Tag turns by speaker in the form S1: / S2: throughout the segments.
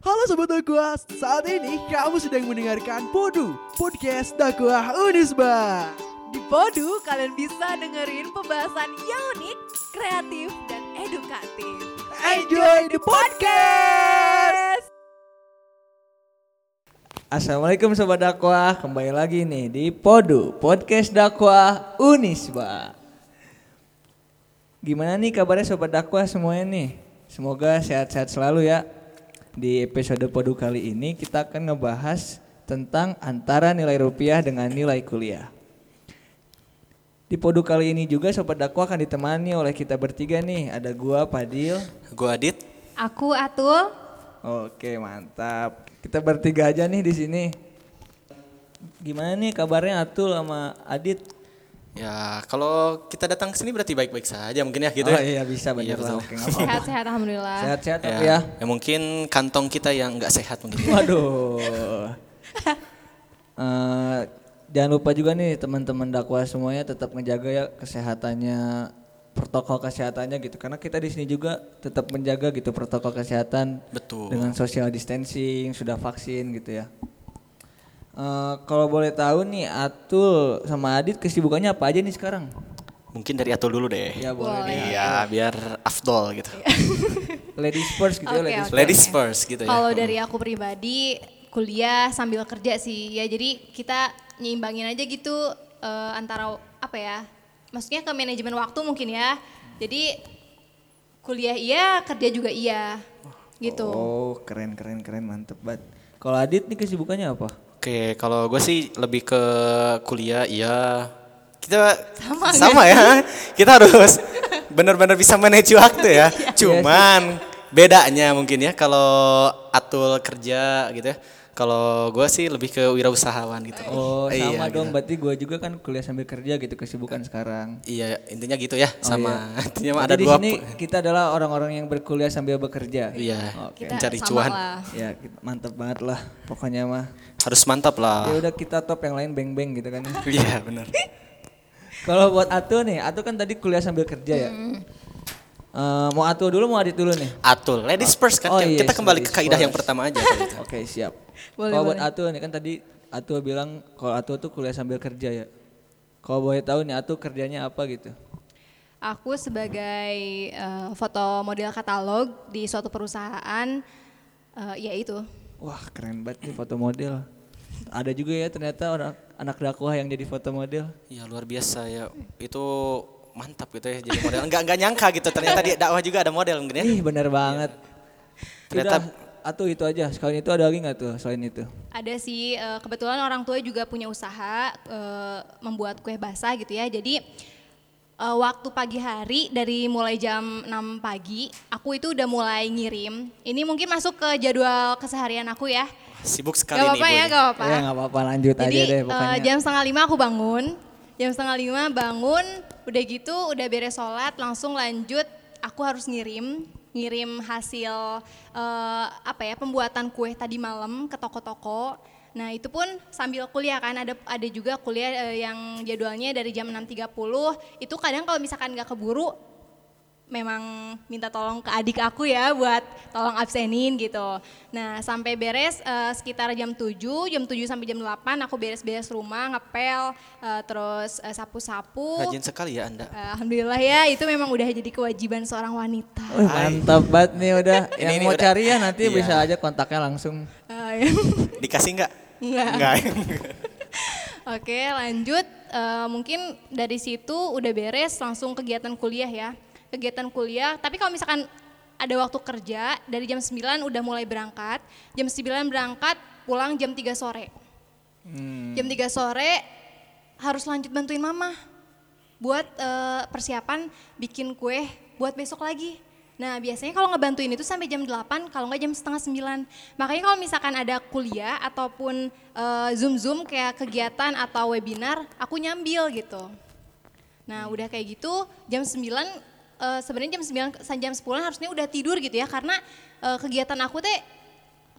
S1: Halo Sobat Dakwah, saat ini kamu sedang mendengarkan Podu, Podcast Dakwah Unisba.
S2: Di Podu, kalian bisa dengerin pembahasan yang unik, kreatif, dan edukatif.
S1: Enjoy the podcast!
S3: Assalamualaikum Sobat Dakwah, kembali lagi nih di Podu, Podcast Dakwah Unisba. Gimana nih kabarnya Sobat Dakwah semuanya nih? Semoga sehat-sehat selalu ya. Di episode Podu kali ini kita akan ngebahas tentang antara nilai rupiah dengan nilai kuliah. Di Podu kali ini juga Sobat Dakwah akan ditemani oleh kita bertiga nih. Ada gua, Padil,
S4: Gua Adit.
S2: Aku Atul.
S3: Oke mantap. Kita bertiga aja nih di sini. Gimana nih kabarnya Atul sama Adit?
S4: Ya, kalau kita datang ke sini berarti baik-baik saja mungkin ya gitu
S3: oh
S4: ya.
S3: iya bisa bener lah.
S4: Iya, betul.
S3: Oke, nggak apa-apa.
S2: Sehat-sehat Alhamdulillah.
S3: Sehat-sehat
S4: Ya,
S3: tapi ya.
S4: ya mungkin kantong kita yang nggak sehat mungkin.
S3: Waduh. Eh, jangan lupa juga nih teman-teman dakwah semuanya tetap ngejaga ya kesehatannya protokol kesehatannya gitu karena kita di sini juga tetap menjaga gitu protokol kesehatan
S4: Betul.
S3: dengan social distancing sudah vaksin gitu ya Eh, kalau boleh tahu nih Atul sama Adit kesibukannya apa aja nih sekarang
S4: Mungkin dari Atul dulu deh.
S3: ya boleh deh.
S4: Iya, biar afdol gitu.
S5: Iya.
S3: ladies first gitu ya
S2: Oke,
S3: ladies
S2: oke.
S4: Ladies first gitu ya.
S5: Kalau dari aku pribadi kuliah sambil kerja sih ya jadi kita nyimbangin aja gitu eh, antara apa ya maksudnya ke manajemen waktu mungkin ya jadi kuliah iya kerja juga iya gitu
S3: oh keren keren keren mantep banget kalau Adit nih kesibukannya apa
S4: Oke, kalau gue sih lebih ke kuliah, iya. Kita sama, ya. Kita harus benar-benar bisa manage waktu
S3: Iya,
S4: ya. Cuman bedanya mungkin ya kalau atul kerja gitu ya. Kalau gue sih lebih ke wirausahawan gitu.
S3: Oh
S4: Iya,
S3: sama
S4: gitu.
S3: dong, berarti gue juga kan kuliah sambil kerja gitu kesibukan sekarang.
S4: Iya, intinya gitu ya. Sama intinya mah ada
S3: Oh, iya. Jadi di
S4: dua
S3: sini
S4: pu-
S3: kita adalah orang-orang yang berkuliah sambil bekerja.
S4: Iya,
S3: Oke.
S5: Kita
S4: mencari
S5: sama
S4: cuan.
S5: lah.
S3: Ya kita- mantep banget lah, pokoknya mah.
S4: Harus mantap lah.
S3: Ya udah kita top yang lain beng-beng gitu kan.
S4: Iya, benar.
S3: Kalau buat Atu nih, Atu kan tadi kuliah sambil kerja ya. Eh, mau Atu dulu, mau Adit dulu nih.
S4: Atul, ladies first kan.
S3: Oh,
S4: Kita
S3: yes,
S4: kembali ke
S3: ladies
S4: kaidah yang
S3: first.
S4: pertama aja. kalau gitu.
S3: Oke siap. Kalau buat Atu nih kan tadi Atu bilang kalau Atu tuh kuliah sambil kerja ya. Kalau boleh tahu nih Atu kerjanya apa gitu?
S5: aku sebagai eh, foto model katalog di suatu perusahaan eh, ya itu
S3: Wah keren banget nih foto model. Ada juga ya ternyata orang anak dakwah yang jadi foto model.
S4: Iya, luar biasa ya. Itu mantap gitu ya jadi model. Enggak enggak nyangka gitu ternyata di dakwah juga ada model mungkin ya.
S5: Iya.
S3: Ih bener banget. Ternyata
S4: Ternyata-
S3: atau itu aja. Sekalian itu ada lagi nggak tuh selain itu?
S5: Ada sih, eh, kebetulan orang tua juga punya usaha eh, membuat kue basah gitu ya. Jadi eh, waktu pagi hari dari mulai jam 6 pagi, aku itu udah mulai ngirim. Ini mungkin masuk ke jadwal keseharian aku ya.
S4: Sibuk sekali nih
S5: Gak apa-apa
S4: Ibu
S5: ya,
S4: nih.
S5: gak apa-apa.
S3: Ya nggak apa-apa lanjut
S5: Jadi
S3: aja deh
S5: eh,
S3: pokoknya.
S5: jam setengah lima aku bangun, jam setengah lima bangun, udah gitu udah beres sholat langsung lanjut aku harus ngirim ngirim hasil eh, apa ya pembuatan kue tadi malam ke toko-toko. Nah itu pun sambil kuliah kan ada ada juga kuliah eh, yang jadwalnya dari jam 6.30 itu kadang kalau misalkan nggak keburu memang minta tolong ke adik aku ya buat tolong absenin gitu. Nah, sampai beres eh, sekitar jam 7, jam 7 sampai jam 8 aku beres-beres rumah, ngepel, eh, terus eh, sapu-sapu.
S4: Rajin sekali ya Anda.
S5: Eh, Alhamdulillah ya, itu memang udah jadi kewajiban seorang wanita.
S3: Wih, mantap banget nih udah.
S4: Ini-
S3: yang
S4: ini
S3: mau
S4: udah-
S3: cari ya nanti
S4: Iya.
S3: bisa aja kontaknya langsung.
S5: Eh,
S4: Dikasih enggak?
S5: Enggak.
S4: Enggak.
S5: Oke, lanjut Eh, mungkin dari situ udah beres langsung kegiatan kuliah ya. Kegiatan kuliah, tapi kalau misalkan ada waktu kerja dari jam 9 udah mulai berangkat, jam 9 berangkat, pulang jam 3 sore. Jam 3 sore harus lanjut bantuin mama buat eh, persiapan bikin kue buat besok lagi. Nah biasanya kalau ngebantuin itu sampai jam 8, kalau nggak jam setengah 9. Makanya kalau misalkan ada kuliah ataupun eh, zoom-zoom kayak kegiatan atau webinar, aku nyambil gitu. Nah, udah kayak gitu jam 9 eh, sebenarnya jam 9 ke- jam 10 harusnya udah tidur gitu ya karena eh, kegiatan aku teh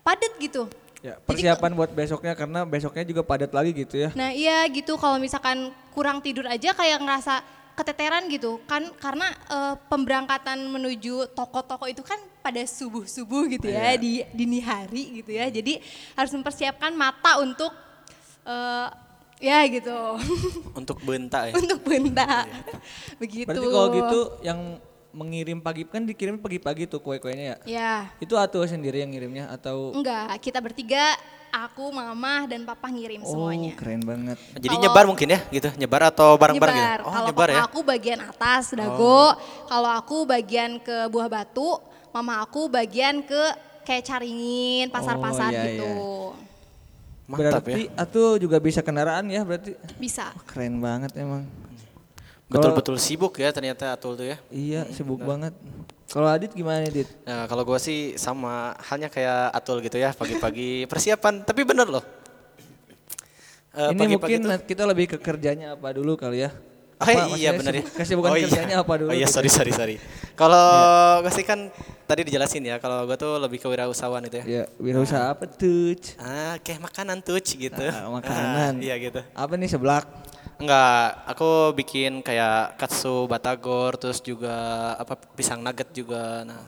S5: padet gitu.
S3: Ya,
S5: Jadi
S3: persiapan buat besoknya karena besoknya juga padat lagi gitu ya.
S5: Nah, iya gitu kalau misalkan kurang tidur aja kayak ngerasa keteteran gitu kan karena eh, pemberangkatan menuju toko-toko itu kan pada subuh-subuh gitu
S3: Iya.
S5: ya di dini hari gitu ya. Jadi harus mempersiapkan mata untuk eh, ya gitu.
S4: Untuk bentak ya.
S5: untuk benda.
S3: Iya.
S5: Begitu.
S3: Berarti kalau gitu yang mengirim pagi kan dikirim pagi-pagi tuh kue-kuenya ya.
S5: Ya.
S3: Itu Atul sendiri yang ngirimnya atau
S5: Enggak, kita bertiga, aku, mama, dan papa ngirim
S3: Oh,
S5: semuanya.
S3: keren banget.
S4: Jadi
S5: Kalau-
S4: nyebar mungkin ya gitu, nyebar atau bareng-bareng
S5: nyebar.
S4: gitu. Oh,
S5: kalau
S4: nyebar
S5: papa
S4: ya. Oh.
S5: aku bagian atas dago, kalau aku bagian ke buah batu, mama aku bagian ke kayak caringin
S3: Oh,
S5: pasar-pasar
S3: iya,
S5: gitu.
S4: Mantap ya.
S3: berarti Atul juga bisa kendaraan ya berarti.
S5: Bisa.
S3: Wah, keren banget emang.
S4: Betul-betul sibuk ya ternyata Atul tuh ya.
S3: Iya, sibuk banget. Kalau Adit gimana Adit?
S4: Nah, kalau gua sih sama halnya kayak Atul gitu ya, pagi-pagi persiapan, tapi bener loh. Eh,
S3: Ini
S4: pagi-pagi
S3: mungkin
S4: tuh-
S3: kita lebih ke kerjanya apa dulu kali ya?
S4: Oh
S3: Apa,
S4: iya
S3: maksudnya
S4: benar ya.
S3: sibuk- Kesibukan
S4: oh, iya.
S3: kerjanya apa dulu? Iya.
S4: Oh iya
S3: gitu.
S4: sorry sorry sorry. Kalau gue sih kan tadi dijelasin ya kalau gue tuh lebih ke wirausahawan itu ya.
S3: Ya, wirausaha apa tuh? C?
S4: Ah kayak makanan tuh Ci, gitu.
S3: Ah, makanan.
S4: Ah, iya gitu.
S3: Apa nih seblak?
S4: Enggak, aku bikin kayak katsu batagor terus juga apa pisang nugget juga. Nah.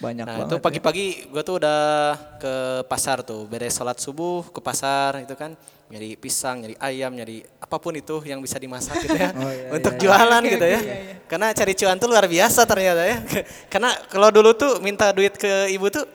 S3: Banyak
S4: nah,
S3: banget. ya.
S4: itu pagi-pagi gue tuh udah ke pasar tuh, beres sholat subuh ke pasar itu kan nyari pisang, nyari ayam, nyari apapun itu yang bisa dimasak gitu ya.
S3: Oh, iya,
S4: untuk jualan gitu ya. Karena cari cuan tuh luar biasa ternyata ya. Karena kalau dulu tuh minta duit ke ibu tuh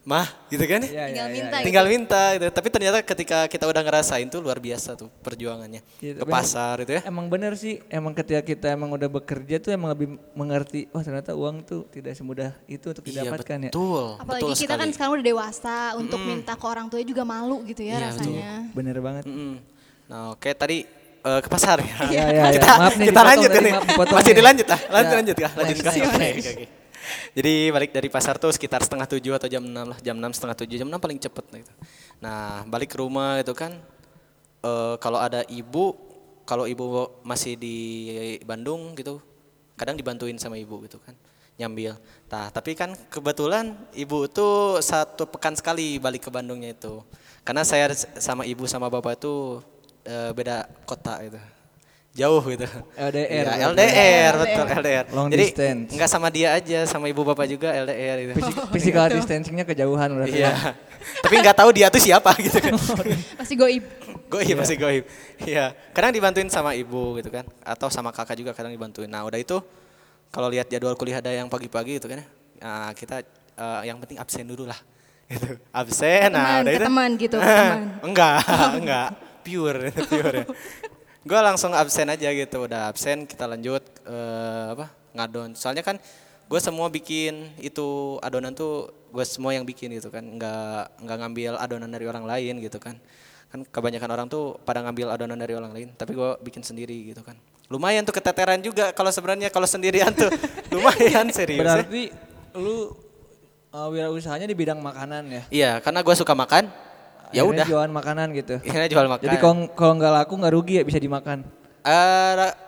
S4: mah gitu kan
S3: Iya, iya,
S4: ya.
S5: Tinggal
S3: iya.
S5: minta
S4: Tinggal minta gitu. Tapi ternyata ketika kita udah ngerasain tuh luar biasa tuh perjuangannya.
S3: Iya,
S4: ke
S3: tapi-
S4: pasar gitu ya.
S3: Emang bener sih, emang ketika kita emang udah bekerja tuh emang lebih mengerti, wah ternyata uang tuh tidak semudah itu untuk didapatkan ya.
S4: Iya, betul.
S5: Apalagi
S4: betul
S5: kita kan
S4: sekali.
S5: sekarang udah dewasa, untuk minta ke orang tuanya juga malu gitu ya
S4: Iya, betul.
S5: rasanya.
S3: Bener banget.
S4: Mm-mm. Nah, oke tadi eh, ke pasar ya.
S3: Iya, iya, iya.
S4: kita
S3: Maaf nih,
S4: kita
S3: dipotong
S4: lanjut
S3: tadi,
S4: nih.
S3: maaf, dipotong
S4: Masih
S3: nih.
S4: dilanjut ah. Lanjut
S3: Ya,
S4: lanjut kah? Lanjut
S3: next,
S4: kah?
S3: next,
S4: Oke,
S3: next.
S4: oke, oke. Jadi balik dari pasar tuh sekitar setengah tujuh atau jam enam lah, jam enam setengah tujuh, jam enam paling cepet nah, gitu. Nah balik ke rumah itu kan, eh, kalau ada ibu, kalau ibu masih di Bandung gitu, kadang dibantuin sama ibu gitu kan, nyambil. Nah tapi kan kebetulan ibu tuh satu pekan sekali balik ke Bandungnya itu, karena saya sama ibu sama bapak tuh eh, beda kota gitu, jauh gitu.
S3: LDR.
S4: Ya, LDR, betul LDR.
S3: Long
S4: Jadi
S3: distance.
S4: nggak sama dia aja, sama ibu bapak juga LDR gitu.
S3: Physi- Physical distancingnya kejauhan berarti. ya.
S4: Iya. Tapi nggak tahu dia tuh siapa gitu kan.
S5: Oh, Pasti goib.
S4: goib masih goib. Iya. Kadang dibantuin sama ibu gitu kan atau sama kakak juga kadang dibantuin. Nah, udah itu kalau lihat jadwal kuliah ada yang pagi-pagi gitu kan ya. Nah, kita eh, yang penting absen dulu lah. Gitu. Absen nah
S5: Teman,
S4: udah
S5: ke
S4: itu.
S5: teman gitu, ke teman.
S4: enggak, enggak. Pure, pure. ya. Gue langsung absen aja gitu. Udah absen kita lanjut eh, apa? Ngadon. Soalnya kan gue semua bikin itu adonan tuh gue semua yang bikin gitu kan. Enggak enggak ngambil adonan dari orang lain gitu kan. Kan kebanyakan orang tuh pada ngambil adonan dari orang lain, tapi gue bikin sendiri gitu kan. Lumayan tuh keteteran juga kalau sebenarnya kalau sendirian tuh lumayan serius. ya.
S3: Berarti lu uh, wirausahanya di bidang makanan ya?
S4: Iya, karena gue suka makan. Ya
S3: Akhirnya
S4: udah.
S3: Jualan makanan gitu.
S4: Ini jual makan.
S3: Jadi kalau kalau nggak laku nggak rugi ya bisa dimakan.
S4: Eh, ra-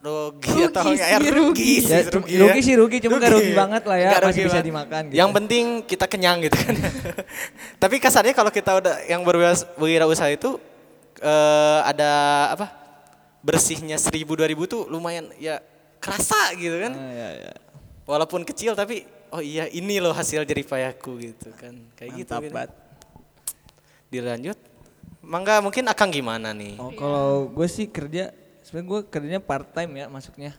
S4: rugi, atau
S5: Rugi
S4: enggak
S5: sih,
S4: ya rugi,
S3: Ya,
S4: sih,
S3: cum- rugi sih rugi, cuma nggak rugi banget lah ya,
S4: Nggak
S3: masih
S4: rugi
S3: bisa
S4: banget.
S3: dimakan gitu.
S4: Yang penting kita kenyang gitu kan. Tapi kasarnya kalau kita udah yang berwiras- berwirausaha itu eh ada apa? Bersihnya 1000 2000 tuh lumayan ya kerasa gitu kan.
S3: Ah, ya, ya.
S4: Walaupun kecil tapi oh iya ini loh hasil jerih payahku gitu kan. Kayak gitu.
S3: Mantap
S4: gitu.
S3: banget.
S4: Dilanjut. Mangga mungkin akan gimana nih?
S5: Iya.
S3: Oh, kalau gue sih kerja, sebenarnya gue kerjanya part time ya masuknya.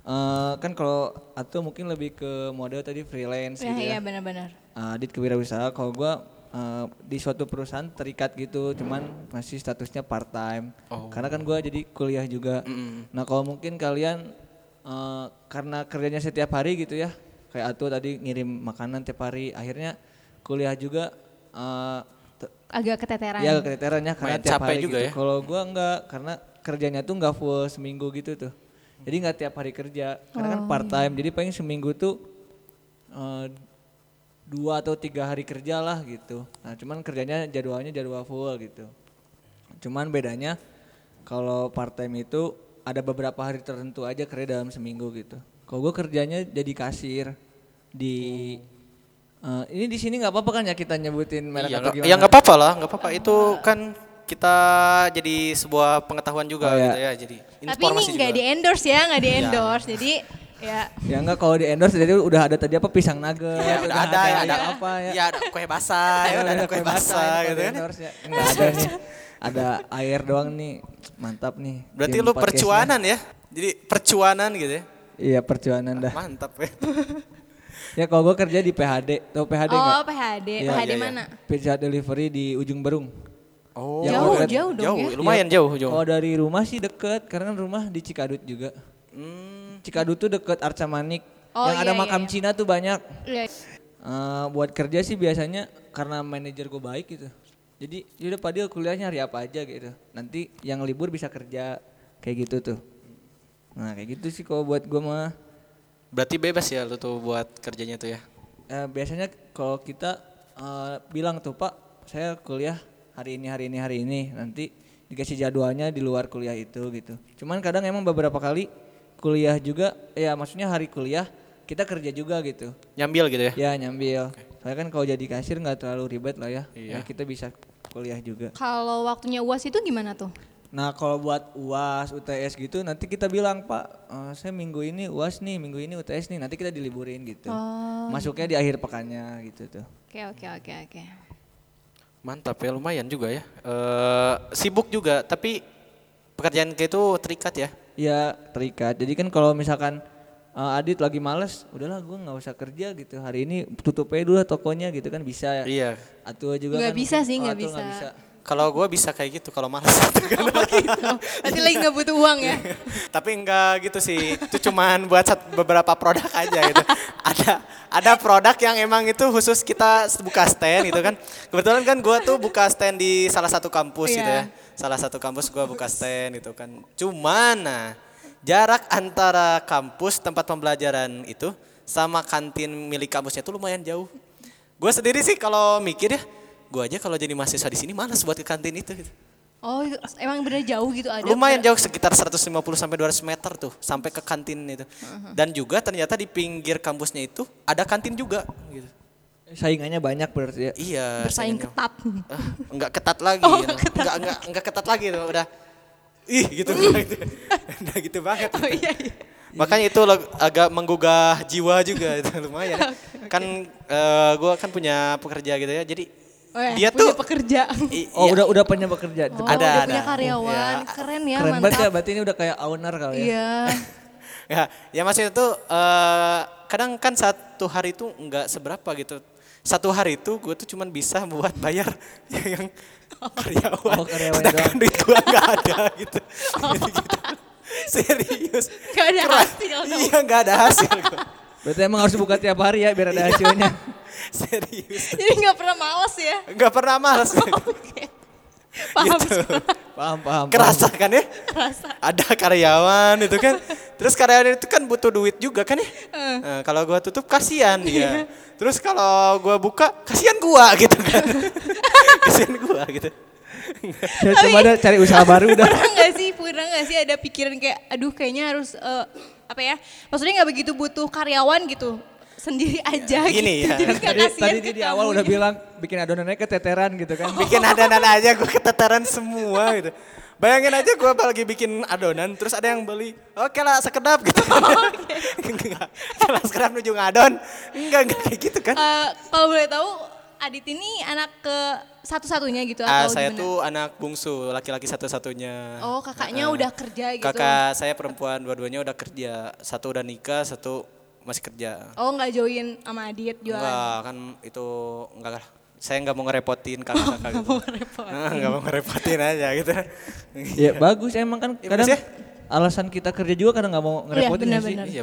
S3: Eh, kan kalau atau mungkin lebih ke model tadi freelance
S5: Ya,
S3: gitu
S5: iya
S3: ya.
S5: benar-benar.
S3: Eh, Adit kewirausahaan. Kalau gue eh, di suatu perusahaan terikat gitu, cuman masih statusnya part time. Karena kan gue jadi kuliah juga. Nah kalau mungkin kalian eh, karena kerjanya setiap hari gitu ya, kayak Atu tadi ngirim makanan tiap hari, akhirnya kuliah juga eh, te-
S5: Agak keteteran.
S3: Iya keteteran ya karena
S4: Main
S3: tiap
S4: capek
S3: hari
S4: juga
S3: gitu.
S4: ya.
S3: Kalau gua enggak karena kerjanya tuh enggak full seminggu gitu tuh. Jadi enggak tiap hari kerja karena kan part time. Jadi paling seminggu tuh eh, dua atau tiga hari kerja lah gitu. Nah cuman kerjanya jadwalnya jadwal full gitu. Cuman bedanya kalau part time itu ada beberapa hari tertentu aja kerja dalam seminggu gitu. Kalau gue kerjanya jadi kasir di eh, ini di sini nggak apa-apa kan ya kita nyebutin merek
S4: Oh. Iya,
S3: atau
S4: nggak-
S3: gimana?
S4: ya nggak apa-apa lah, nggak apa-apa. Itu kan kita jadi sebuah pengetahuan
S3: Oh,
S4: juga
S3: iya.
S4: gitu ya. Jadi
S5: Tapi ini
S4: informasi
S5: nggak
S4: juga. Iya.
S5: di endorse ya, nggak di endorse. Jadi Ya.
S3: Ya enggak kalau di endorse jadi udah ada tadi apa pisang naga,
S4: Ya udah ada, ya ada
S3: apa ya.
S4: Ya ada kue basah, ya udah ada kue basah gitu kan.
S3: Enggak ada nih. Ada air doang nih. Mantap nih.
S4: Berarti
S3: tim
S4: lu
S3: podcastnya.
S4: percuanan ya? Jadi percuanan gitu ya.
S3: Iya, percuanan dah.
S4: Mantap ya.
S3: Ya kalau gue kerja di PHD, tau PHD
S5: oh,
S3: enggak?
S5: PHD.
S3: Iya,
S5: PHD
S4: iya, iya.
S5: mana?
S3: Pizza Delivery di Ujung Berung.
S4: Oh. Iya.
S3: Ya,
S5: Jauh,
S3: kalau-
S5: jauh dong ya.
S4: lumayan jauh, jauh.
S3: Kalau dari rumah sih deket, karena kan rumah di Cikadut juga.
S4: Hmm,
S3: Cikadut tuh deket Arca Manik.
S5: Oh,
S3: yang ada
S5: iya,
S3: makam
S5: iya.
S3: Cina tuh banyak.
S5: Iya.
S3: Eh, buat kerja sih biasanya karena manajer gue baik gitu. Jadi yaudah Pak Dil kuliahnya hari apa aja gitu. Nanti yang libur bisa kerja kayak gitu tuh. Nah kayak gitu sih kalau buat gue mah.
S4: Berarti bebas ya lu tuh buat kerjanya tuh ya.
S3: Eh, biasanya kalau kita eh, bilang tuh Pak saya kuliah hari ini hari ini hari ini nanti dikasih jadwalnya di luar kuliah itu gitu. Cuman kadang emang beberapa kali kuliah juga ya maksudnya hari kuliah kita kerja juga gitu.
S4: Nyambil gitu ya.
S3: Ya nyambil. Soalnya kan kalau jadi kasir nggak terlalu ribet lah ya. Ya, kita bisa kuliah juga.
S5: Kalau waktunya UAS itu gimana tuh?
S3: Nah kalau buat UAS, UTS gitu nanti kita bilang Pak, eh, saya minggu ini UAS nih, minggu ini UTS nih. Nanti kita diliburin gitu. Masuknya di akhir pekannya gitu tuh.
S5: Oke, oke, oke, oke.
S4: Mantap ya, lumayan juga ya. Eh sibuk juga, tapi pekerjaan kayak itu terikat ya.
S3: Ya terikat. Jadi kan kalau misalkan eh, Adit lagi males, udahlah gue nggak usah kerja gitu. Hari ini tutup aja dulu lah tokonya gitu kan bisa. ya.
S4: Iya.
S3: Atua juga
S5: Nggak
S3: kan
S5: bisa sih,
S3: kalau
S5: nggak
S3: Atul
S5: bisa.
S4: Kalau gua bisa kayak gitu kalau malas.
S5: Oh gitu. Berarti lagi nggak butuh uang ya?
S4: tapi enggak gitu sih. Itu cuman buat sat- beberapa produk aja gitu. Ada ada produk yang emang itu khusus kita buka stand gitu kan. Kebetulan kan gua tuh buka stand di salah satu kampus gitu ya.
S5: Iya.
S4: Salah satu kampus gua buka stand gitu kan. Cuman nah jarak antara kampus tempat pembelajaran itu sama kantin milik kampusnya itu lumayan jauh. Gua sendiri sih kalau mikir ya, gua aja kalau jadi mahasiswa di sini malas buat ke kantin itu gitu.
S5: Oh, itu emang bener jauh gitu ada.
S4: Lumayan jauh sekitar 150 sampai 200 meter tuh sampai ke kantin itu.
S5: Uh-huh.
S4: Dan juga ternyata di pinggir kampusnya itu ada kantin juga gitu.
S3: Saingannya banyak berarti ya.
S4: Iya.
S5: bersaing
S4: sayangnya.
S5: ketat.
S4: Ah, enggak ketat lagi.
S5: Oh,
S4: gitu.
S5: enggak ketat iya.
S4: enggak, enggak, enggak ketat lagi tuh, udah. Ih gitu. gitu. udah gitu banget.
S5: Oh iya, iya.
S4: Makanya itu lag- agak menggugah jiwa juga itu lumayan. Kan eh, gua kan punya pekerja gitu ya. Jadi
S5: Oh,
S4: dia
S5: iya, punya
S4: tuh
S5: pekerja.
S4: i-
S3: Oh
S4: iya.
S3: udah udah punya bekerja.
S5: Oh,
S4: Ada,
S5: udah punya
S4: ada.
S5: karyawan. Keren ya,
S3: Keren banget ya,
S5: mantap.
S3: berarti ini udah kayak owner kali ya.
S5: Iya.
S4: ya, ya maksudnya tuh eh, kadang kan satu hari itu nggak seberapa gitu. Satu hari itu gue tuh cuman bisa buat bayar yang karyawan.
S3: Oh, karyawan
S4: Sedangkan
S3: doang.
S4: duit gue nggak ada gitu. Gitu-gitu. Serius.
S5: Nggak ada
S4: Keren.
S5: hasil dong.
S4: Iya nggak ada hasil. gua.
S3: Berarti emang harus buka tiap hari ya
S5: Iya.
S3: biar ada hasilnya.
S4: Serius.
S5: Jadi nggak pernah males ya.
S4: Nggak pernah males.
S5: Oke. Paham
S4: Gitu.
S3: paham, paham.
S4: Kerasa kan ya?
S5: rasa.
S4: ada karyawan itu kan terus karyawan itu kan butuh duit juga kan ya
S5: Hmm.
S4: Eh, kalau gua tutup kasihan
S5: Iya.
S4: dia terus kalau gua buka kasihan gua gitu kan kasihan gua gitu
S3: Saya cuma ada cari usaha baru udah.
S5: Pernah nggak sih, pernah nggak sih ada pikiran kayak, aduh kayaknya harus eh, apa ya? Maksudnya nggak begitu butuh karyawan gitu, sendiri aja
S4: gini
S5: gitu.
S4: ya.
S5: Jadi nggak
S3: Tadi,
S5: kasihan
S3: tadi
S5: ke
S3: dia di awal
S5: kamu. gitu.
S3: udah bilang bikin adonannya keteteran gitu
S5: Oh.
S3: kan.
S4: bikin adonan aja gua keteteran semua gitu bayangin aja gua lagi bikin adonan terus ada yang beli oke lah sekedap gitu
S5: Oh,
S4: kan enggak oke lah sekedap menuju ngadon enggak enggak kayak gitu kan
S5: Eh, kalau boleh tahu, Adit ini anak ke satu-satunya gitu
S4: Ah,
S5: atau
S4: saya
S5: gimana?
S4: tuh anak bungsu laki-laki satu-satunya
S5: Oh kakaknya
S4: Heeh.
S5: udah kerja gitu.
S4: Kakak saya perempuan, dua-duanya udah kerja. Satu udah nikah, satu masih kerja.
S5: Oh nggak join sama Adit jualan.
S4: Enggak, kan itu enggak lah. Saya enggak mau ngerepotin
S5: Oh,
S4: kakak-kakak gitu. Nah, Enggak mau ngerepotin aja gitu.
S3: ya bagus emang kan
S4: Iya,
S3: kadang
S4: bagus ya.
S3: alasan kita kerja juga kadang nggak mau ngerepotin ya, sih.
S5: benar-benar.
S4: Iya,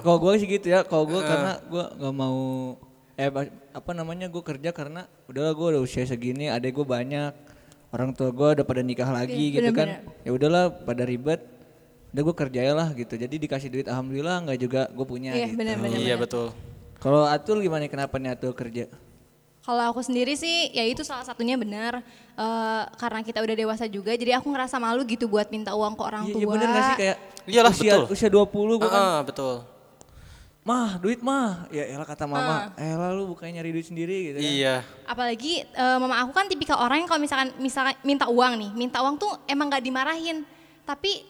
S3: Ya, kalau gue sih gitu ya, kalau gue karena gue nggak mau eh ba- apa namanya gue kerja karena udahlah gue udah usia segini, adek gue banyak, orang tua gue udah pada nikah lagi gitu kan, ya udahlah pada ribet, udah gue kerjaya lah gitu. Jadi dikasih duit alhamdulillah nggak juga gue punya.
S5: Iya
S3: gitu.
S5: benar-benar.
S4: Iya, betul.
S3: Kalau Atul gimana kenapa nih Atul kerja?
S5: Kalau aku sendiri sih, ya itu salah satunya benar. Eh, karena kita udah dewasa juga, jadi aku ngerasa malu gitu buat minta uang ke orang
S3: Iya
S5: tua.
S3: iya bener gak sih kayak
S4: Iyalah,
S3: usia
S4: betul.
S3: usia 20 gue kan,
S4: Heeh, betul.
S3: mah duit mah, ya elah kata mama, elah lu bukannya nyari duit sendiri gitu kan.
S4: Iya.
S5: Apalagi eh, mama aku kan tipikal orang yang kalau misalkan misalkan minta uang nih, minta uang tuh emang nggak dimarahin, tapi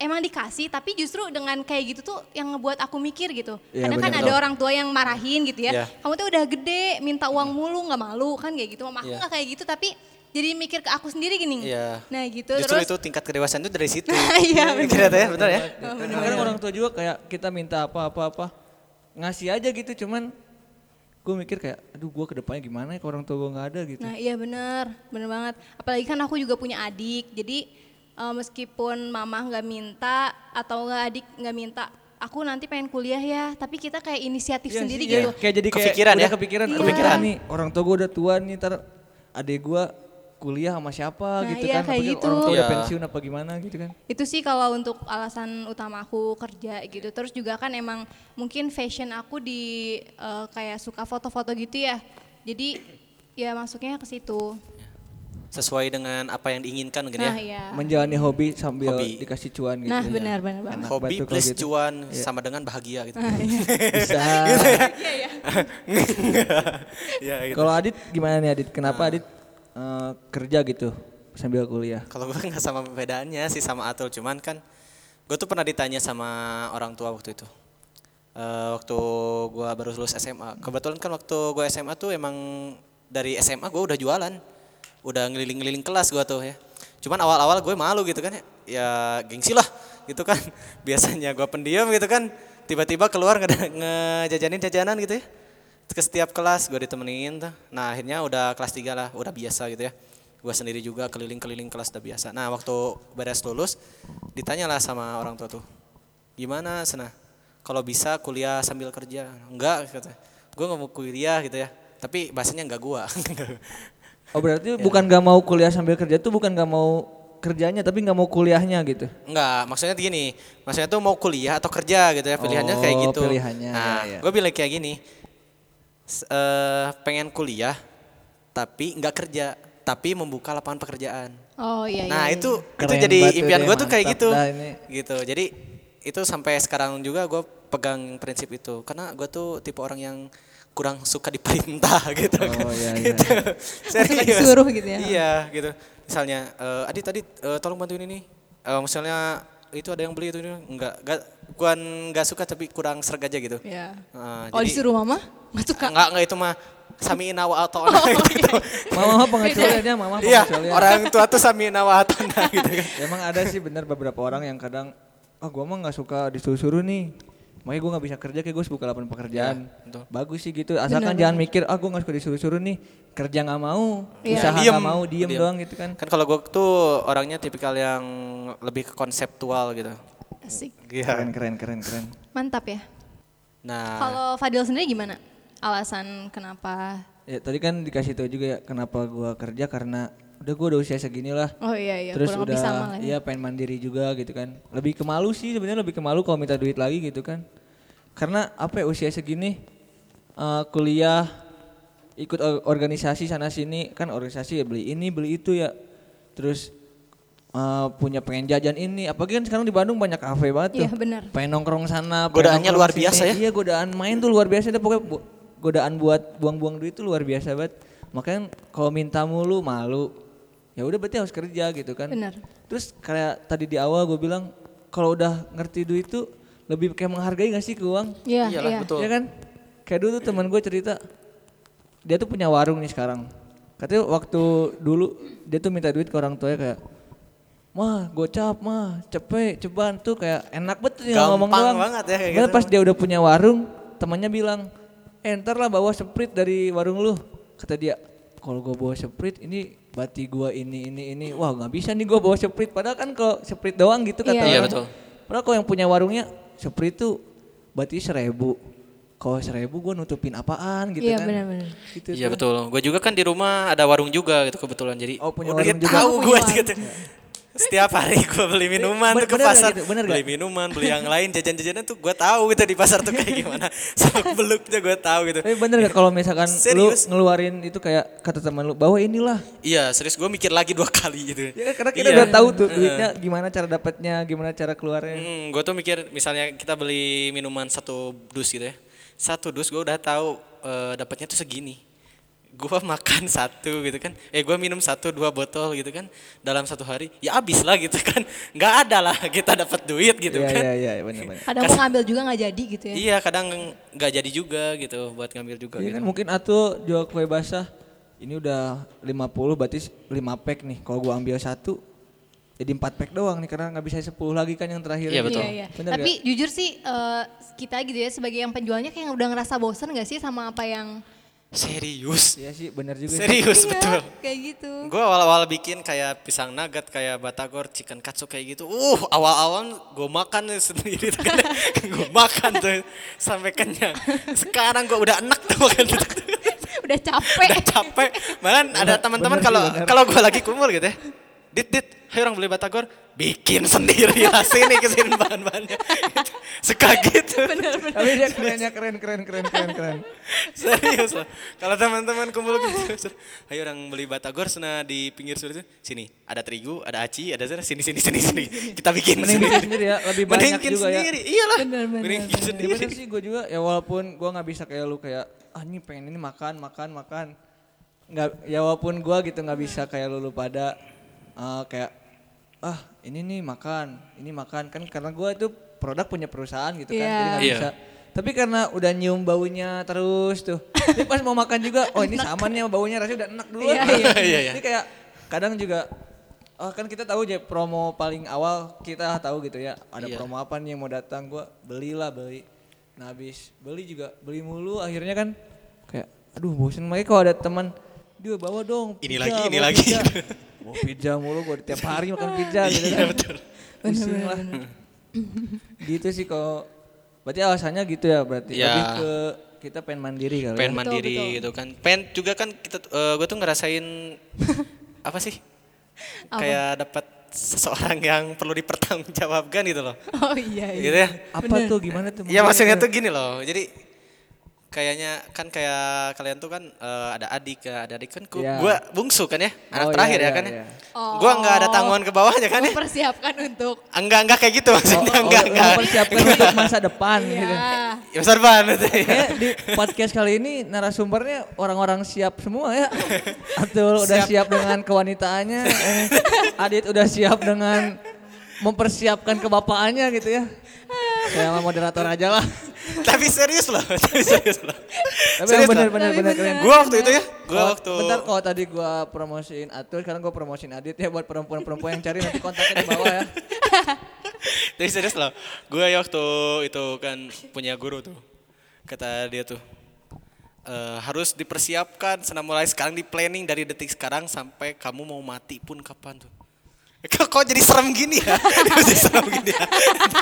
S5: emang dikasih tapi justru dengan kayak gitu tuh yang ngebuat aku mikir gitu.
S3: Iya,
S5: Kadang kan
S3: bener.
S5: ada orang tua yang marahin gitu
S4: Iya.
S5: ya. Kamu tuh udah gede, minta uang mulu nggak malu kan kayak gitu. Mama aku
S4: Iya.
S5: nggak kayak gitu tapi jadi mikir ke aku sendiri gini.
S4: Iya.
S5: Nah gitu
S4: Justru
S5: terus.
S4: itu tingkat kedewasaan itu dari situ.
S5: Iya, bener.
S4: Kira ya, benar ya?
S5: Oh,
S3: Kadang orang tua juga kayak kita minta apa-apa-apa ngasih aja gitu cuman gue mikir kayak aduh gue kedepannya gimana ya kalau orang tua gue nggak ada gitu.
S5: Nah iya bener, bener banget. Apalagi kan aku juga punya adik, jadi eh, meskipun mama nggak minta atau nggak adik nggak minta, aku nanti pengen kuliah ya. Tapi kita kayak inisiatif
S3: Iya
S5: sendiri
S3: sih, iya.
S5: gitu.
S3: Kayak jadi kayak
S4: Kepikiran
S3: udah
S4: ya?
S3: kepikiran,
S5: Iya.
S3: kepikiran nih orang tua gue udah tua nih ntar adik gue kuliah sama siapa
S5: Nah,
S3: gitu kan
S5: iya, kayak
S3: apalagi
S5: gitu.
S3: orang tua udah
S4: Iya.
S3: pensiun apa gimana gitu kan.
S5: Itu sih kalau untuk alasan utama aku kerja gitu. Terus juga kan emang mungkin fashion aku di eh, kayak suka foto-foto gitu ya. Jadi ya masuknya ke situ.
S4: Sesuai dengan apa yang diinginkan mungkin ya.
S5: Nah iya.
S3: Menjalani hobi sambil
S4: Hobi.
S3: dikasih cuan gitu. ya.
S5: Nah benar benar banget.
S3: Enak banget
S4: Hobi
S3: tuh kalau
S4: plus
S3: gitu.
S4: cuan Gitu sama dengan bahagia gitu.
S5: Ah,
S3: Bisa.
S4: ya. Iya gitu.
S3: Kalau Adit gimana nih Adit? Kenapa
S4: Nah.
S3: Adit eh, kerja gitu sambil kuliah?
S4: Kalau gue nggak sama perbedaannya sih sama Atul, cuman kan gue tuh pernah ditanya sama orang tua waktu itu. Eh, waktu gue baru lulus SMA. Kebetulan kan waktu gue SMA tuh emang dari SMA gue udah jualan, udah ngeliling-ngeliling kelas gue tuh ya. Cuman awal-awal gue malu gitu kan ya, ya gengsi lah gitu kan. Biasanya gue pendiam gitu kan, tiba-tiba keluar ngeda- ngejajanin jajanan gitu ya. Ke setiap kelas gue ditemenin tuh. Nah akhirnya udah kelas 3 lah, udah biasa gitu ya. Gue sendiri juga keliling-keliling kelas udah biasa. Nah waktu beres lulus, ditanyalah sama orang tua tuh gimana Sena kalau bisa kuliah sambil kerja enggak kata gue nggak mau kuliah gitu ya tapi bahasanya enggak gua
S3: Oh berarti bukan gak mau kuliah sambil kerja tuh bukan gak mau kerjanya tapi gak mau kuliahnya gitu.
S4: enggak maksudnya gini maksudnya tuh mau kuliah atau kerja gitu ya pilihannya kayak
S3: Oh,
S4: gitu
S3: pilihannya,
S4: nah
S3: ya, ya.
S4: gue bilang kayak gini s- eh, pengen kuliah tapi enggak kerja tapi membuka lapangan pekerjaan
S5: Oh iya iya.
S4: nah
S5: iya.
S4: itu itu
S3: Keren
S4: jadi
S3: banget tuh
S4: impian
S3: deh,
S4: gue tuh kayak
S3: mantap
S4: gitu
S3: dah ini.
S4: gitu jadi itu sampai sekarang juga gue pegang prinsip itu karena gue tuh tipe orang yang kurang suka diperintah gitu
S3: Oh, iya, iya.
S4: gitu
S5: Suka disuruh gitu ya.
S4: iya gitu misalnya eh adi tadi eh, tolong bantuin ini Eh, misalnya itu ada yang beli itu ini. enggak enggak gue enggak suka tapi kurang serg aja gitu
S5: Ya.
S4: Eh,
S2: Oh
S4: jadi-
S2: disuruh mama? Masuk kak.
S4: enggak enggak itu mah samiin awa atau
S5: Oh,
S4: gitu.
S5: iya.
S3: Mama pengecualiannya, mama
S4: iya
S3: pengecualian.
S4: orang tua tuh samiin awa atau gitu kan
S3: Ya, Emang ada sih bener beberapa orang yang kadang ah gua mah nggak suka disuruh-suruh nih. Makanya gua nggak bisa kerja kayak gue buka lapangan pekerjaan.
S4: betul.
S3: Bagus sih gitu. Asalkan jangan mikir ah gua nggak suka disuruh-suruh nih. Kerja nggak mau, usaha
S4: Diem.
S3: nggak mau, Iya. diem, doang gitu kan.
S4: Kan kalau gue tuh orangnya tipikal yang lebih ke konseptual gitu.
S5: Asik.
S3: Keren keren keren keren.
S5: Mantap ya.
S4: Nah,
S5: Kalau Fadil sendiri gimana? Alasan kenapa?
S3: Ya tadi kan dikasih tahu juga ya kenapa gua kerja karena udah gua udah usia segini lah.
S5: Oh iya iya,
S3: Terus
S5: kurang
S3: udah
S5: lebih sama lah ya.
S3: iya pengen mandiri juga gitu kan. Lebih ke malu sih sebenarnya lebih ke malu kalau minta duit lagi gitu kan. Karena apa ya usia segini eh, kuliah ikut or- organisasi sana sini kan organisasi ya beli ini beli itu ya. Terus eh, punya pengen jajan ini apalagi kan sekarang di Bandung banyak kafe banget tuh.
S5: Iya, benar.
S3: Pengen nongkrong sana, pengen
S4: Godaannya
S3: nongkrong
S4: luar biasa ya?
S3: Iya godaan main tuh luar biasa deh pokoknya bu- godaan buat buang-buang duit tuh luar biasa banget. Makanya kalau minta mulu malu. Ya udah berarti harus kerja gitu kan.
S5: Benar.
S3: Terus kayak tadi di awal gue bilang kalau udah ngerti duit tuh lebih kayak menghargai gak sih ke uang?
S5: Iya,
S4: iyalah
S5: iya.
S4: betul.
S3: Iya kan? Kayak dulu teman gue cerita dia tuh punya warung nih sekarang. Katanya waktu dulu dia tuh minta duit ke orang tuanya kayak Mah, gocap mah, cepet, ceban tuh kayak enak banget tuh tinggal ngomong
S4: Gampang
S3: doang.
S4: banget ya kayak
S3: Padahal
S4: gitu.
S3: pas dia udah punya warung, temannya bilang, "Eh, ntar lah bawa seprit dari warung lu." Kata dia, "Kalau gua bawa seprit ini bati gua ini ini ini. Wah, nggak bisa nih gua bawa seprit. Padahal kan kalau seprit doang gitu kata
S5: Iya.
S4: Iya,
S3: orang.
S4: betul.
S3: Padahal kalau yang punya warungnya seprit tuh bati seribu. Kalau seribu gua nutupin apaan gitu
S5: Iya,
S3: kan.
S5: benar-benar.
S3: Gitu
S4: iya
S3: tuh.
S4: betul. Gue juga kan di rumah ada warung juga gitu kebetulan. Jadi
S3: Oh, punya
S4: udah
S3: warung
S4: dia
S3: juga.
S4: tahu
S5: Oh,
S4: gue
S5: punya warung.
S4: gitu. Setiap hari gue beli minuman
S3: Bener-
S4: tuh ke
S3: bener nggak
S4: pasar,
S3: gitu? Bener
S4: beli
S3: nggak?
S4: minuman, beli yang lain, jajan-jajanan tuh gue tahu gitu di pasar tuh kayak gimana. Sama beluknya gue tahu gitu.
S3: Tapi Eh, bener gak kalau misalkan lu
S4: Serius.
S3: ngeluarin itu kayak kata teman lu, bawa inilah.
S4: Iya, serius gue mikir lagi dua kali gitu.
S3: Ya, karena kita udah tahu tuh duitnya gimana cara dapatnya, gimana cara keluarnya.
S4: Hmm, gue tuh mikir misalnya kita beli minuman satu dus gitu ya, satu dus gue udah tahu eh, dapatnya tuh segini. gua makan satu gitu kan eh gua minum satu dua botol gitu kan dalam satu hari ya habis lah gitu kan nggak ada lah kita dapat duit gitu
S3: Iya
S4: kan
S3: iya iya benar-benar.
S2: Kadang mau ngambil juga nggak jadi gitu ya.
S4: iya kadang nggak jadi juga gitu buat ngambil juga
S3: Iya
S4: gitu
S3: kan mungkin atau jual kue basah ini udah 50 berarti 5 pack nih. Kalau gua ambil satu jadi 4 pack doang nih karena nggak bisa 10 lagi kan yang terakhir.
S4: Iya, betul.
S5: Iya, iya.
S3: Bener
S5: Tapi
S3: nggak?
S5: jujur sih eh, kita gitu ya sebagai yang penjualnya kayak udah ngerasa bosen gak sih sama apa yang
S4: serius
S3: Iya sih benar juga. sih.
S4: serius
S5: Iya,
S4: betul
S5: kayak gitu.
S4: Gue awal-awal bikin kayak pisang nugget, kayak batagor, chicken katsu kayak gitu. Uh, awal-awal gue makan sendiri tuh kan. gue makan tuh sampai kenyang. Sekarang gue udah enak tuh makan gitu.
S5: udah capek.
S4: udah capek. Malahan ada
S3: bener
S4: teman-teman
S3: sih,
S4: kalau
S3: bener.
S4: kalau gue lagi kumur gitu ya. Dit, dit, ayo orang beli batagor, bikin sendiri lah sini kesini bahan-bahannya. Gitu. Suka gitu.
S3: Tapi dia kerennya keren keren keren keren keren.
S4: Serius loh. Kalau teman-teman kumpul gitu, ayo orang beli batagor sana di pinggir sungai itu. Sini, ada terigu, ada aci, ada sana sini sini sini sini. Kita bikin
S3: Mending
S4: sendiri.
S3: bikin sendiri ya, lebih
S4: Mending
S3: banyak
S4: bikin
S3: juga ya.
S4: sendiri. Iyalah.
S5: Bener, bener,
S4: Mending bikin
S5: bener.
S3: Ya
S4: sendiri.
S3: bener sih gue juga ya walaupun gue nggak bisa kayak lu kayak ah ini pengen ini makan makan makan nggak ya walaupun gue gitu nggak bisa kayak lu lu pada eh, kayak ah ini nih makan ini makan kan karena gue itu produk punya perusahaan gitu kan jadi nggak
S4: Iya.
S3: bisa tapi karena udah nyium baunya terus tuh jadi pas mau makan juga oh ini sama nih sama baunya rasanya udah enak dulu
S5: Iya,
S4: Iya, iya.
S3: jadi kayak kadang juga oh kan kita tahu aja promo paling awal kita tahu gitu ya ada
S4: Iya.
S3: promo apa nih yang mau datang gua belilah beli nah habis beli juga beli mulu akhirnya kan kayak aduh bosen makanya kalau ada teman dia bawa dong
S4: Ini
S3: pizza,
S4: lagi, ini
S3: bawa
S4: lagi."
S3: pizza." bawa pizza mulu gua tiap hari makan pizza gitu
S4: Iya
S3: kan
S4: betul.
S3: pusing lah gitu sih kalau berarti alasannya gitu ya berarti
S4: Iya.
S3: lebih ke kita pengen mandiri kali
S4: Pengen
S3: ya.
S4: mandiri gitu kan. Pengen juga kan kita gue tuh ngerasain apa sih? Kayak dapat seseorang yang perlu dipertanggungjawabkan gitu loh.
S5: Oh iya. iya.
S4: Gitu ya.
S3: apa tuh gimana tuh Oh,
S4: Iya maksudnya
S3: tuh
S4: tuh gini loh. Jadi kayaknya kan kayak kalian tuh kan eh, ada adik ya, ada adik kan ku-
S3: Iya.
S4: gua bungsu kan ya, anak
S3: Oh, iya,
S4: terakhir
S3: iya,
S4: ya kan. ya.
S3: iya.
S4: Gua nggak ada tanggungan ke bawahnya kan ya.
S5: Mempersiapkan untuk
S4: Enggak enggak kayak gitu maksudnya enggak enggak.
S3: oh, mempersiapkan untuk masa depan gitu.
S5: ya.
S4: Ya besar banget ya.
S3: Kayaknya di podcast kali ini narasumbernya orang-orang siap semua ya. Atul udah siap dengan kewanitaannya. eh, Adit udah siap dengan mempersiapkan kebapaannya gitu ya. Saya sama moderator aja lah.
S4: Tapi serius loh, tapi serius loh.
S3: Tapi yang
S4: serius
S3: benar
S4: loh.
S3: benar
S5: Tapi
S3: benar
S5: bener.
S3: keren.
S4: Gua waktu itu ya, gua
S3: Kalau-
S4: waktu
S3: Bentar kalau tadi gua promosiin Atul, sekarang gua promosiin Adit ya buat perempuan-perempuan yang cari nanti kontaknya di bawah ya.
S4: Tapi serius loh, gue waktu itu kan punya guru tuh, kata dia tuh "Eh, harus dipersiapkan, senang mulai sekarang di planning dari detik sekarang sampai kamu mau mati pun kapan tuh. Kok, kok jadi serem gini ya? Kok jadi serem gini ya?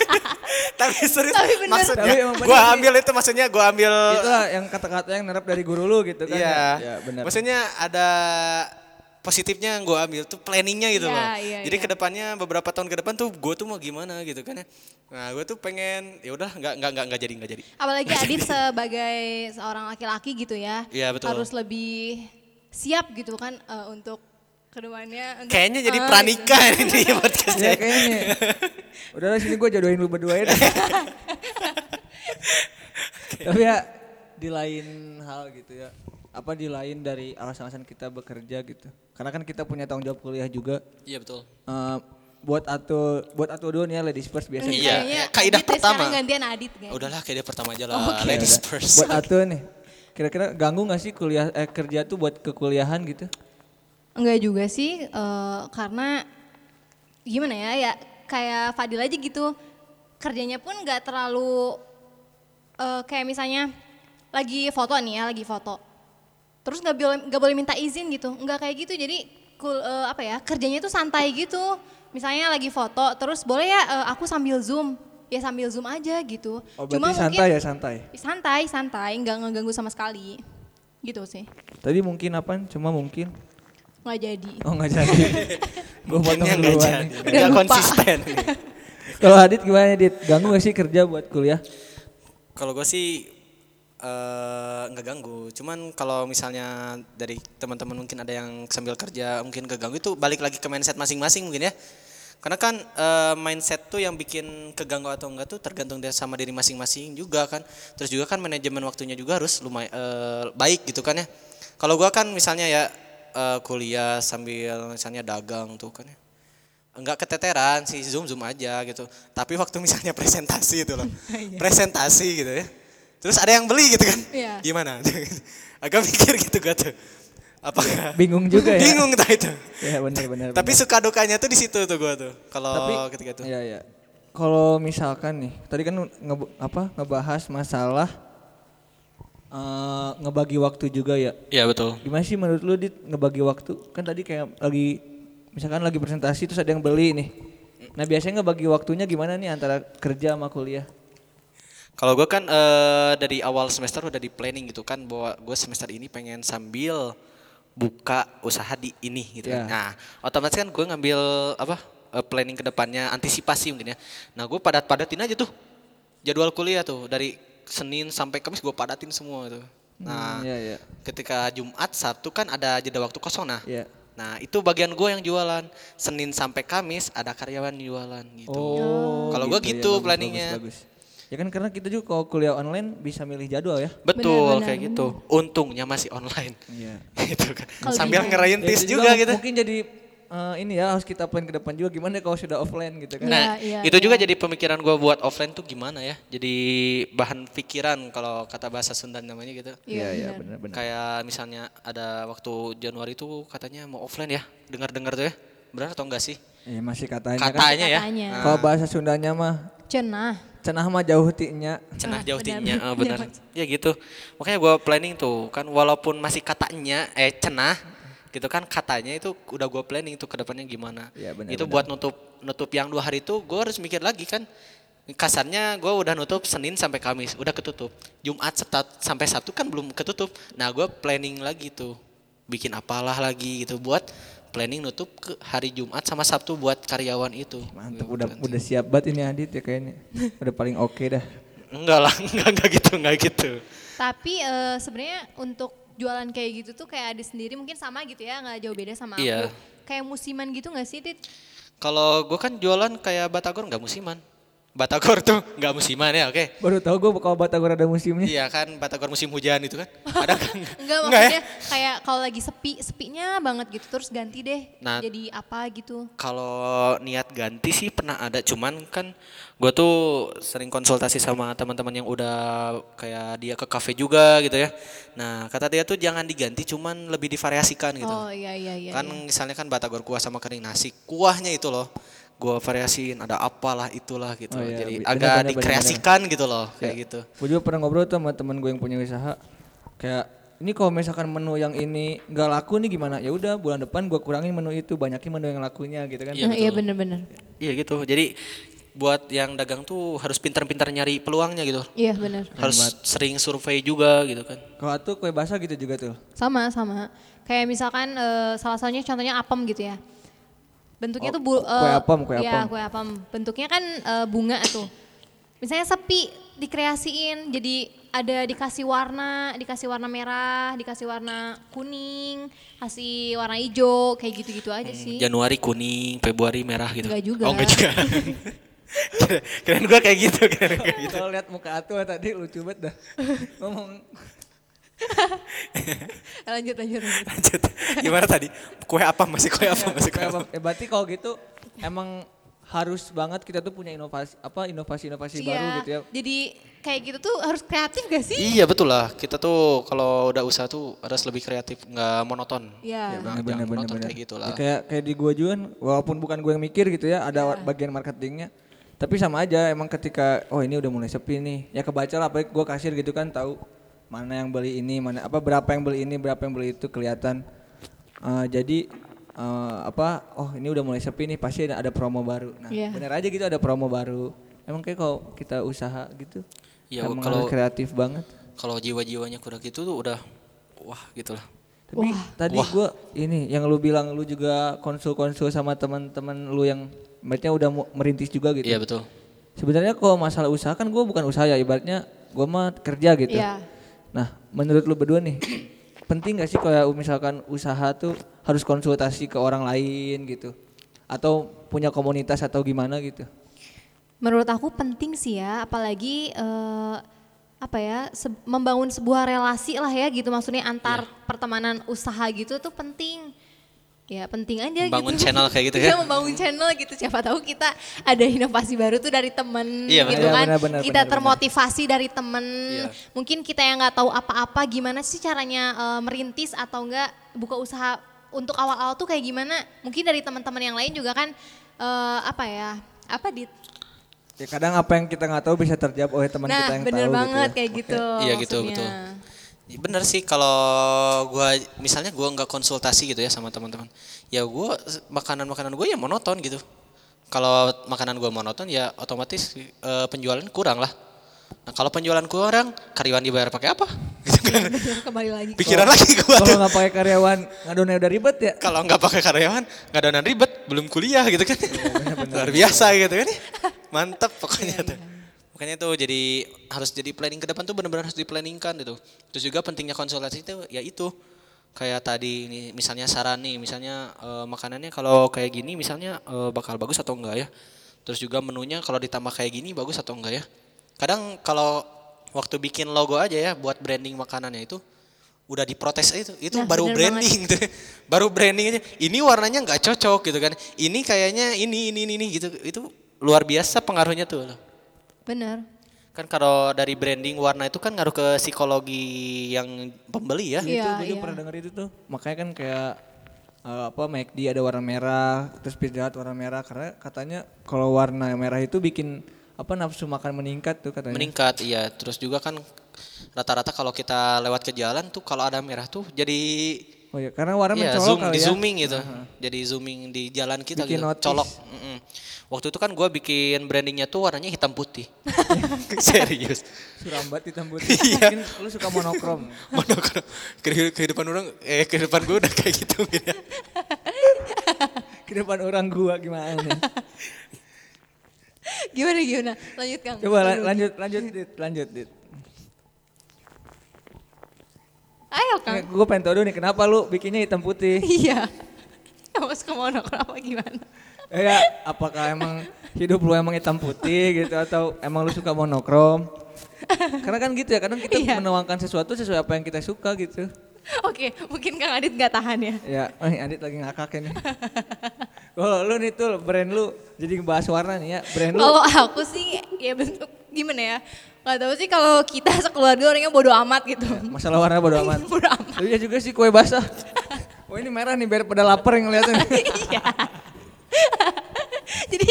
S4: Tapi serius, maksudnya
S3: Tapi emang bener
S4: gue
S3: sih.
S4: ambil itu maksudnya gue ambil
S3: Itulah yang kata-kata yang nerap dari guru lu gitu kan.
S4: Eh. Iya.
S3: Ya, benar.
S4: Maksudnya ada positifnya yang gue ambil tuh planningnya gitu
S5: Iya,
S4: loh.
S5: iya,
S4: Jadi
S5: iya.
S4: kedepannya beberapa tahun ke depan tuh gue tuh mau gimana gitu kan ya. Nah gue tuh pengen ya udah nggak nggak nggak nggak jadi nggak jadi.
S5: Apalagi Adit sebagai seorang laki-laki gitu ya.
S4: Iya, betul.
S5: Harus lebih siap gitu kan eh, untuk keduanya. untuk-
S4: Kayaknya jadi
S5: Ah, gitu.
S4: pranikah ini podcastnya.
S3: Ya kayaknya. Udah lah sini gue jodohin lu berdua ya. Tapi ya di lain hal gitu ya. Apa di lain dari alasan-alasan kita bekerja gitu. Karena kan kita punya tanggung jawab kuliah juga.
S4: Iya betul.
S3: Eh, buat atul buat atul dulu nih ya ladies first biasanya.
S4: Iya,
S5: Kayaknya
S4: kaidah
S5: Adit deh,
S4: pertama.
S5: Sekarang gantian Adit kan.
S4: Udahlah kayak dia pertama aja lah. Ladies first.
S3: Iya, Buat atul nih. Kira-kira ganggu gak sih kuliah eh, kerja tuh buat kekuliahan gitu?
S5: Enggak juga sih, eh, karena gimana ya, ya kayak Fadil aja gitu. Kerjanya pun nggak terlalu eh, kayak misalnya lagi foto nih ya, lagi foto. Terus nggak boleh nggak boleh minta izin gitu, nggak kayak gitu. Jadi kul- eh, apa ya kerjanya tuh santai gitu. Misalnya lagi foto, terus boleh ya eh, aku sambil zoom, ya sambil zoom aja gitu.
S3: Oh, berarti santai ya santai.
S5: santai santai, nggak ngeganggu sama sekali, gitu sih,
S3: Tadi mungkin apa? Cuma mungkin.
S5: nggak jadi.
S3: Oh nggak jadi. gue potong
S4: Mungkinnya nggak
S3: duluan.
S4: jadi.
S3: nih.
S4: Nggak konsisten.
S3: Kalau Adit gimana Adit? Ganggu gak sih kerja buat kuliah?
S4: Kalau gue sih eh, nggak ganggu, cuman kalau misalnya dari teman-teman mungkin ada yang sambil kerja mungkin keganggu itu balik lagi ke mindset masing-masing mungkin ya. Karena kan eh, mindset tuh yang bikin keganggu atau enggak tuh tergantung dari sama diri masing-masing juga kan. Terus juga kan manajemen waktunya juga harus lumayan baik gitu kan ya. Kalau gua kan misalnya ya eh, kuliah sambil misalnya dagang tuh kan ya. Enggak keteteran sih zoom zoom aja gitu. Tapi waktu misalnya presentasi itu loh. presentasi gitu ya. Terus ada yang beli gitu kan.
S5: Iya.
S4: Gimana? Agak mikir gitu gua tuh. Apakah
S3: Bingung juga ya.
S4: Bingung entah itu.
S3: Ya benar-benar.
S4: Tapi suka dukanya tuh di situ tuh gua tuh. Kalau ketika itu.
S3: Iya, iya. Kalau misalkan nih, tadi kan nge- apa ngebahas masalah eh, ngebagi waktu juga ya.
S4: Iya betul.
S3: Gimana sih menurut lu dit ngebagi waktu? Kan tadi kayak lagi misalkan lagi presentasi terus ada yang beli nih. Nah, biasanya ngebagi waktunya gimana nih antara kerja sama kuliah?
S4: Kalau gua kan eh, dari awal semester udah di planning gitu kan bahwa gua semester ini pengen sambil buka usaha di ini gitu. kan.
S3: Ya.
S4: Nah, otomatis kan gua ngambil apa? eh, planning kedepannya antisipasi mungkin ya. Nah, gua padat-padatin aja tuh jadwal kuliah tuh dari Senin sampai Kamis gua padatin semua tuh. Nah,
S3: iya, iya.
S4: ketika Jumat Sabtu kan ada jeda waktu kosong nah.
S3: Iya.
S4: Nah itu bagian gue yang jualan Senin sampai Kamis ada karyawan jualan gitu. Kalau gue
S3: ya,
S4: gitu
S3: bagus,
S4: planningnya.
S3: Bagus, bagus. Ya kan karena kita juga kalau kuliah online bisa milih jadwal ya.
S4: Betul
S5: Benar-benar.
S4: kayak gitu. Untungnya masih online.
S3: Iya. Ya,
S4: gitu kan.
S5: Kalau
S4: Sambil
S5: gitu.
S4: ngerintis
S3: itu mu-
S4: juga, gitu.
S3: Mungkin jadi eh, ini ya harus kita plan ke depan juga gimana kalau sudah offline gitu kan.
S4: nah,
S5: Iya, iya,
S4: itu juga jadi pemikiran gue buat offline tuh gimana ya? Jadi bahan pikiran kalau kata bahasa Sunda namanya gitu.
S5: Iya,
S3: iya benar
S5: benar.
S3: benar.
S4: Kayak misalnya ada waktu Januari tuh katanya mau offline ya. Dengar-dengar tuh ya. Benar atau enggak sih?
S3: Iya masih katanya, kan.
S4: Katanya ya.
S5: Katanya.
S3: Kalau bahasa Sundanya mah
S5: Cenah.
S3: cenah mah jauh tinya.
S4: cenah
S5: Ah,
S4: jauh
S5: benar.
S4: tinya ah,
S5: Iya,
S4: benar ya gitu makanya gua planning tuh kan walaupun masih katanya eh cenah gitu kan katanya itu udah gua planning tuh kedepannya gimana
S3: Iya, benar,
S4: itu
S3: benar.
S4: buat nutup nutup yang dua hari itu gua harus mikir lagi kan kasarnya gua udah nutup Senin sampai Kamis udah ketutup Jumat Sabtu- sampai Sabtu kan belum ketutup nah gua planning lagi tuh bikin apalah lagi gitu buat planning nutup ke hari Jumat sama Sabtu buat karyawan itu
S3: Mantep udah udah siap banget ini Adit ya kayaknya. Udah paling oke dah.
S4: enggak lah enggak enggak gitu enggak gitu
S5: Tapi eh, sebenarnya untuk jualan kayak gitu tuh kayak Adi sendiri mungkin sama gitu ya, nggak jauh beda sama
S4: Iya.
S5: aku. Kayak musiman gitu nggak sih, Tit?
S4: Kalau gue kan jualan kayak Batagor nggak musiman. Batagor tuh nggak musiman ya, oke?
S3: Baru tahu gue kalau Batagor ada musimnya.
S4: Iya kan Batagor musim hujan itu kan. Ada kan?
S5: Enggak
S4: Nggak
S5: maksudnya kayak kalau lagi sepi, sepinya banget gitu terus ganti deh
S4: Nah.
S5: jadi apa gitu.
S4: Kalau niat ganti sih pernah ada, cuman kan gue tuh sering konsultasi sama teman-teman yang udah kayak dia ke kafe juga gitu ya. Nah kata dia tuh jangan diganti, cuman lebih divariasikan gitu.
S5: Oh iya iya iya.
S4: kan
S5: iya.
S4: misalnya kan batagor kuah sama kering nasi kuahnya itu loh gua variasiin ada apalah itulah
S3: Oh
S4: gitu
S3: iya,
S4: jadi
S3: bener,
S4: agak
S3: bener,
S4: dikreasikan gitu loh kayak gitu
S3: Gue juga pernah ngobrol tuh sama teman gue yang punya usaha. Kayak ini kalau misalkan menu yang ini nggak laku nih gimana? Ya udah bulan depan gue kurangin menu itu, banyakin menu yang lakunya gitu kan.
S5: Nah, Iya bener-bener.
S4: iya gitu jadi buat yang dagang tuh harus pintar-pintar nyari peluangnya gitu
S5: Iya bener.
S4: harus sering survei juga gitu kan
S3: Kalau tuh kue basah gitu juga tuh.
S5: Sama sama. Kayak misalkan eh, salah satunya contohnya apem gitu ya. Bentuknya tuh
S3: Oh,
S5: bu-
S3: kue
S5: eh,
S3: apem, kue
S5: iya,
S3: apem.
S5: kue apem. Bentuknya kan eh, bunga tuh. Misalnya sepi dikreasiin jadi ada dikasih warna, dikasih warna merah, dikasih warna kuning, kasih warna hijau, kayak gitu-gitu aja sih.
S4: Januari kuning Februari merah gitu
S5: Nggak juga.
S4: oh enggak juga keren gua kayak gitu keren gua gitu
S3: Kalau lihat muka Atul tadi lucu banget dah. Ngomong
S5: lanjut lanjut. lanjut.
S4: lanjut gimana tadi kue apa masih kue apa masih kue
S3: Kayak
S4: apa
S3: apa- eh, berarti kalau gitu emang harus banget kita tuh punya inovasi apa inovasi-inovasi baru gitu ya.
S5: Jadi kayak gitu tuh harus kreatif gak sih?
S4: Iya betul lah kita tuh kalau udah usaha tuh harus lebih kreatif nggak monoton. kan?
S5: Iya.
S4: Jangan monoton kayak gitu gitulah.
S3: Ya, kayak kayak di gua juga kan, walaupun bukan gue yang mikir gitu ya, ada wa- bagian marketingnya. Tapi sama aja emang ketika oh ini udah mulai sepi nih. Ya kebaca lah apalagi gua kasir gitu kan tahu mana yang beli ini, mana apa berapa yang beli ini, berapa yang beli itu kelihatan. Eh, jadi eh, apa oh ini udah mulai sepi nih pasti ada, ada promo baru. Nah,
S5: Iya.
S3: bener aja gitu ada promo baru. Emang kayak kalau kita usaha gitu.
S4: Iya,
S3: emang
S4: kalau-
S3: harus kreatif banget.
S4: Kalau jiwa-jiwanya kurang gitu tuh udah wah gitu gitulah.
S3: Tapi tadi gue ini yang lu bilang lu juga konsul-konsul sama teman-teman lu yang ibaratnya udah mau merintis juga gitu.
S4: Iya betul.
S3: Sebenarnya kalau masalah usaha kan gue bukan usaha ya ibaratnya gue mah kerja gitu.
S5: Iya.
S3: Nah menurut lu berdua nih penting gak sih kalau misalkan usaha tuh harus konsultasi ke orang lain gitu? atau punya komunitas atau gimana gitu?
S5: Menurut aku penting sih ya, apalagi eh, apa ya se- membangun sebuah relasi lah ya gitu maksudnya
S4: Iya.
S5: antar pertemanan usaha gitu tuh penting. Ya penting aja
S4: Membangun
S5: gitu.
S4: channel kayak gitu ya.
S5: Iya, membangun channel gitu siapa tahu kita ada inovasi baru tuh dari temen
S4: Iya,
S5: gitu
S3: benar.
S5: kan.
S3: Iya, benar, benar,
S5: kita
S3: benar.
S5: termotivasi dari temen.
S4: Iya.
S5: Mungkin kita yang nggak tahu apa-apa gimana sih caranya eh, merintis atau enggak buka usaha untuk awal-awal tuh kayak gimana? Mungkin dari teman-teman yang lain juga kan eh, apa ya? Apa di
S3: Ya kadang apa yang kita nggak tahu bisa terjawab oleh teman
S5: nah,
S3: kita yang
S5: bener
S3: tahu
S5: banget
S3: gitu. ya.
S5: kayak gitu.
S4: Iya gitu betul.
S5: maksudnya.
S4: Ya, Bener sih kalau gua misalnya gua nggak konsultasi gitu ya sama teman-teman. Ya gua makanan-makanan gua ya monoton gitu. Kalau makanan gua monoton ya otomatis eh, penjualan kurang lah. Nah, kalau penjualan kurang, karyawan dibayar pakai apa? Gitu kan.
S5: Iya, Kembali lagi.
S4: Pikiran lagi gua
S3: Kalau
S4: tuh.
S3: nggak pakai karyawan ngadonnya udah ribet ya.
S4: Kalau nggak pakai karyawan, nggak ada ribet, belum kuliah gitu kan. Luar biasa gitu kan. Mantap pokoknya tuh. Makanya tuh jadi harus jadi planning ke depan tuh benar-benar harus diplanningkan gitu. Terus juga pentingnya konsultasi itu ya itu kayak tadi ini misalnya saran nih, misalnya eh, makanannya kalau kayak gini misalnya eh, bakal bagus atau enggak ya. Terus juga menunya kalau ditambah kayak gini bagus atau enggak ya. Kadang kalau waktu bikin logo aja ya buat branding makanannya itu udah diprotes aja itu itu
S5: Nah,
S4: baru
S5: bener banget.
S4: branding gitu. baru branding aja ini warnanya nggak cocok gitu kan ini kayaknya ini ini ini, ini gitu itu luar biasa pengaruhnya tuh loh.
S5: Bener.
S4: kan kalau dari branding warna itu kan ngaruh ke psikologi yang pembeli ya
S5: Iya,
S3: itu gue juga
S5: iya.
S3: pernah denger itu tuh. Makanya kan kayak eh, apa McD ada warna merah, terus Pizza Hut warna merah karena katanya kalau warna merah itu bikin apa nafsu makan meningkat tuh katanya.
S4: meningkat iya terus juga kan rata-rata kalau kita lewat ke jalan tuh kalau ada merah tuh jadi
S3: Oh ya, karena warna
S4: Iya,
S3: mencolok
S4: zoom,
S3: kali
S4: di
S3: ya.
S4: zooming gitu. Jadi zooming di jalan kita
S3: Bikin
S4: gitu,
S3: notice.
S4: colok. Mm-mm. Waktu itu kan gue bikin brandingnya tuh warnanya hitam putih. Serius.
S3: Suram banget hitam putih.
S4: Iya.
S3: Mungkin lu suka monokrom.
S4: Monokrom. Kehi- Kehidupan orang, eh kehidupan gue udah kayak gitu. gitu.
S3: Ke depan orang gua gimana nih?
S5: Gimana gimana? Lanjut Kang.
S3: Coba la- lanjut lanjut dit, lanjut dit.
S5: Ayo Kang.
S3: Gue pengen tau dulu nih kenapa lu bikinnya hitam putih?
S5: Iya. Kamu suka monokrom apa gimana?
S3: Eh, ya, apakah emang hidup lu emang hitam putih gitu atau emang lu suka monokrom? Karena kan gitu ya, kadang kita
S5: Iya.
S3: menuangkan sesuatu sesuai apa yang kita suka gitu.
S5: Oke, mungkin Kang Adit nggak tahan ya.
S3: Ya, oh, nih Adit lagi ngakak ini. Kalau lu nih tuh brand lu jadi ngebahas warna nih ya, brand lu.
S5: Kalau aku sih ya bentuk gimana ya? Gak tahu sih kalau kita sekeluarga orangnya bodoh amat gitu.
S3: Masalah warna bodo amat.
S5: Bodo amat.
S3: Lu ya juga sih kue basah. Oh ini merah nih biar pada lapar yang ngeliatin.
S5: Iya. Jadi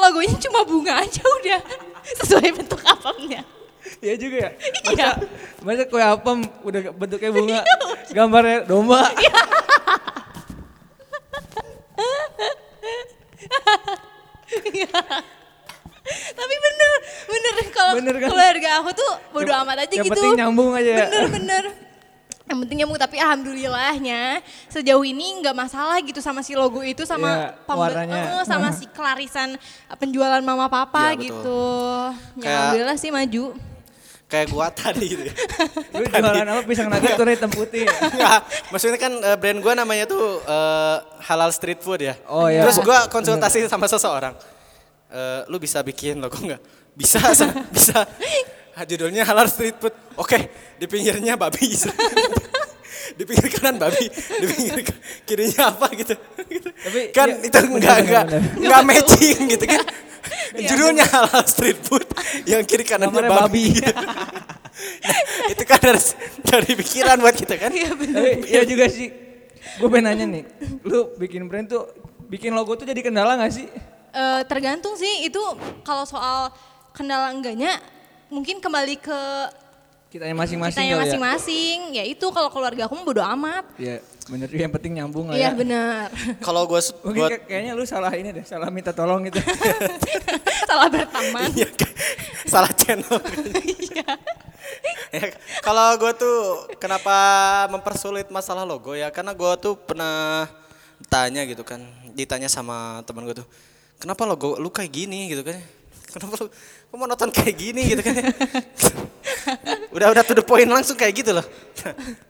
S5: logonya cuma bunga aja udah sesuai bentuk apemnya.
S3: Iya juga ya. Masa,
S5: Iya.
S3: masa kue apem udah bentuknya bunga, gambarnya domba.
S5: Iya, Iya. Tapi bener, bener kalau
S3: Bener kan?
S5: keluarga aku tuh bodoh
S3: Yang-
S5: amat aja
S3: yang
S5: gitu.
S3: penting nyambung aja ya.
S5: Bener, bener. Yang penting nyambung, tapi alhamdulillahnya sejauh ini nggak masalah gitu sama si logo itu sama
S3: Iya,
S5: pembe-
S3: warnanya.
S5: eh, sama si kelarisan eh, penjualan mama papa
S4: Iya, betul.
S5: gitu. Ya,
S4: Kayak-
S5: alhamdulillah sih maju.
S4: kayak gue tadi gitu ya. Iya.
S3: Lu jualan apa pisang nugget tuh hitam putih. ya?
S4: Nggak, maksudnya kan eh, brand gue namanya tuh eh, halal street food ya.
S3: Oh, iya.
S4: Terus gue konsultasi sama seseorang. Eh, lu bisa bikin logo nggak? Bisa, Sa. bisa. Ah, Judulnya halal street food. Oke, di pinggirnya babi. di pinggir kanan babi, di pinggir k- kirinya apa gitu. Gitu.
S3: Tapi,
S4: kan
S3: iya,
S4: itu
S3: benar,
S4: nggak
S3: benar,
S4: nggak
S3: benar.
S4: nggak matching gitu kan. Judulnya halal street food, yang kiri kanannya
S3: Gambarnya
S4: babi. gitu. Nah, itu kan dari, dari pikiran buat kita kan.
S5: Iya bener.
S3: Tapi iya juga sih. Gue pengen nanya nih, lu bikin brand tuh, bikin logo tuh jadi kendala gak sih?
S5: Eh, tergantung sih itu kalau soal kendala enggaknya mungkin kembali ke
S3: Kitanya masing-masing
S5: kitanya
S3: kali
S5: masing-masing. Ya itu kalau keluarga aku mah bodo amat.
S3: ya? Iya bener juga yang penting nyambung lah ya.
S5: Iya benar.
S4: Kalau gue
S3: Mungkin kayak- kayaknya lu salah ini deh, salah minta tolong gitu.
S5: Iya, Salah berteman.
S4: Iya kan? salah channel. Ya, Kalau gue tuh kenapa mempersulit masalah logo ya? Karena gue tuh pernah tanya gitu kan, ditanya sama teman gue tuh, kenapa logo lu kayak gini gitu kan? Kenapa lu, lu mau nonton kayak gini gitu kan? udah udah to the point langsung kayak gitu loh.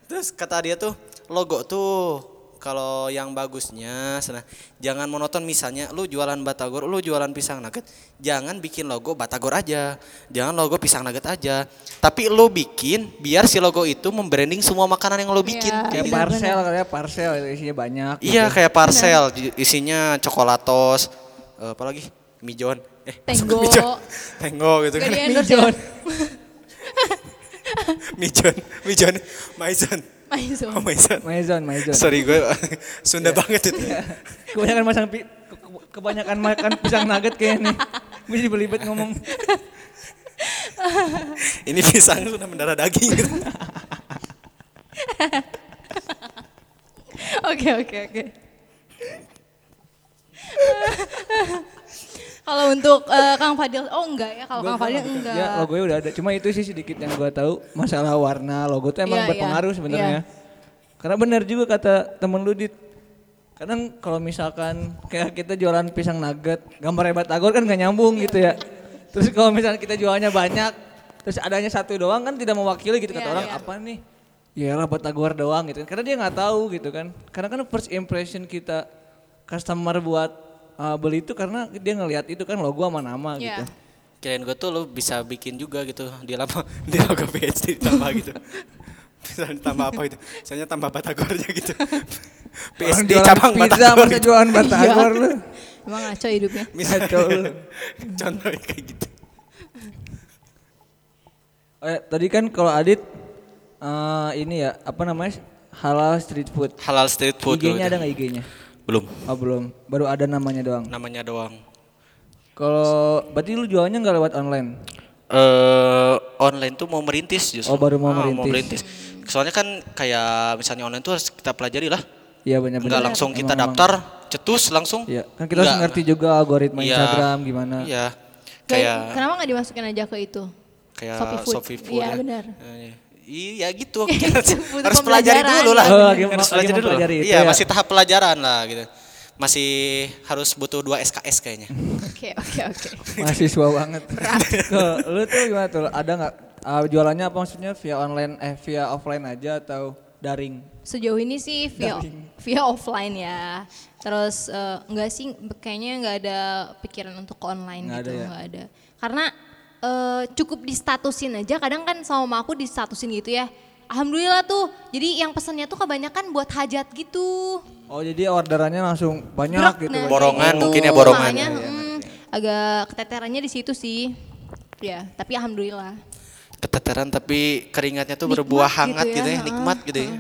S4: Terus kata dia tuh logo tuh kalau yang bagusnya sana jangan monoton misalnya lu jualan batagor lu jualan pisang nugget jangan bikin logo batagor aja jangan logo pisang nugget aja tapi lu bikin biar si logo itu membranding semua makanan yang lu bikin
S5: Iya.
S3: Kayak
S4: Kayak gitu.
S3: parcel kali ya, parcel isinya banyak. gitu.
S4: iya kayak parcel isinya coklatos eh, apa lagi mijon eh
S5: Tenggo.
S4: mijon tenggo gitu
S5: Gak
S4: kan
S5: di endorse ya?
S4: mijon mijon maison
S5: Maison.
S4: oh maison
S3: Maison, Maison.
S4: sorry gue Sunda banget itu
S3: Kebanyakan masang pi- ke- ke- kebanyakan makan pisang nugget kayaknya nih. Gue jadi belibet ngomong.
S4: ini pisang sudah mendarah daging gitu.
S5: Oke oke oke. Kalau untuk eh, Kang Fadil, oh enggak ya kalau
S3: Gua-
S5: Kang
S3: gua
S5: Fadil
S3: nggak pikir.
S5: enggak.
S3: Ya, logonya udah ada. Cuma itu sih sedikit yang gue tahu masalah warna logo tuh emang
S5: Iya, iya.
S3: berpengaruh sebenarnya. Karena benar juga kata temen lu dit. Kadang kalau misalkan kayak kita jualan pisang nugget, gambar batagor kan nggak nyambung gitu ya. Terus kalau misalkan kita jualnya banyak, terus adanya satu doang kan tidak mewakili gitu kata
S5: Iya,
S3: orang
S5: iya.
S3: apa nih? Ya lah batagor doang gitu. Karena dia nggak tahu gitu kan. Karena kan first impression kita customer buat uh, beli itu karena dia ngelihat itu kan logo sama nama
S5: Iya.
S3: gitu.
S4: Kirain gue tuh lo bisa bikin juga gitu di lama di logo PhD ditambah gitu. Misalnya tambah apa gitu? Misalnya tambah batagornya gitu.
S3: Orang
S4: PSD
S3: jualan
S4: cabang
S3: pizza
S4: batagor.
S3: masa
S4: gitu.
S3: jualan batagor lu.
S5: Emang ngaco hidupnya.
S4: Misalnya
S3: Kacau lu.
S4: contohnya kayak gitu.
S3: Eh, tadi kan kalau Adit eh, ini ya apa namanya halal street food.
S4: Halal street food dulu
S3: IG-nya ada
S4: itu.
S3: nggak IG-nya?
S4: Belum.
S3: Oh belum, baru ada namanya doang.
S4: Namanya doang.
S3: Kalau berarti lu jualnya nggak lewat online?
S4: eh online tuh mau merintis justru.
S3: Oh, baru mau
S4: Ah,
S3: merintis.
S4: Soalnya kan kayak misalnya online tuh harus kita pelajari lah.
S3: Iya benar-benar.
S4: Enggak langsung kita
S3: Emang-
S4: daftar, cetus langsung.
S3: Iya, kan kita harus
S4: Nggak-
S3: ngerti juga algoritma
S4: Iya.
S3: Instagram gimana.
S4: Iya.
S5: Kayak,
S4: Kayak
S5: kenapa nggak dimasukin aja ke itu?
S4: kayak
S5: Shopee
S4: Shopee
S5: Food.
S4: Food.
S5: Iya,
S4: ya.
S5: benar.
S4: Eh, Iya gitu. harus
S5: butuh
S4: harus pelajari
S5: pembelajaran.
S4: dulu lah.
S3: Oh, lagi mau-
S4: harus
S3: lagi
S4: pelajari dulu.
S3: mempelajari itu
S4: Iya,
S3: ya.
S4: masih tahap pelajaran lah gitu. Masih harus butuh dua SKS kayaknya.
S5: Oke oke oke.
S3: Mahasiswa banget. Kalau lu tuh gimana tuh? Ada nggak eh, jualannya apa maksudnya via online eh via offline aja atau daring?
S5: Sejauh ini sih via via offline ya. Terus eh, enggak sih kayaknya enggak ada pikiran untuk ke online
S3: Nggak ada
S5: gitu,
S3: ya?
S5: enggak ada. Karena eh, cukup distatusin aja. Kadang kan sama aku distatusin gitu ya. Alhamdulillah tuh. Jadi yang pesannya tuh kebanyakan buat hajat gitu.
S3: Oh jadi orderannya langsung banyak
S5: Brok,
S3: gitu.
S5: nah,
S3: kan?
S4: Borongan
S5: gitu.
S4: mungkin ya, borongan.
S5: Makanya,
S4: Iya, iya,
S5: mm, agak keteterannya di situ sih. Ya, tapi alhamdulillah.
S4: Keteteran tapi keringatnya tuh
S5: Nikmat
S4: berbuah
S5: gitu
S4: hangat
S5: ya,
S4: gitu ya,
S5: ha-ha,
S4: nikmat gitu ya.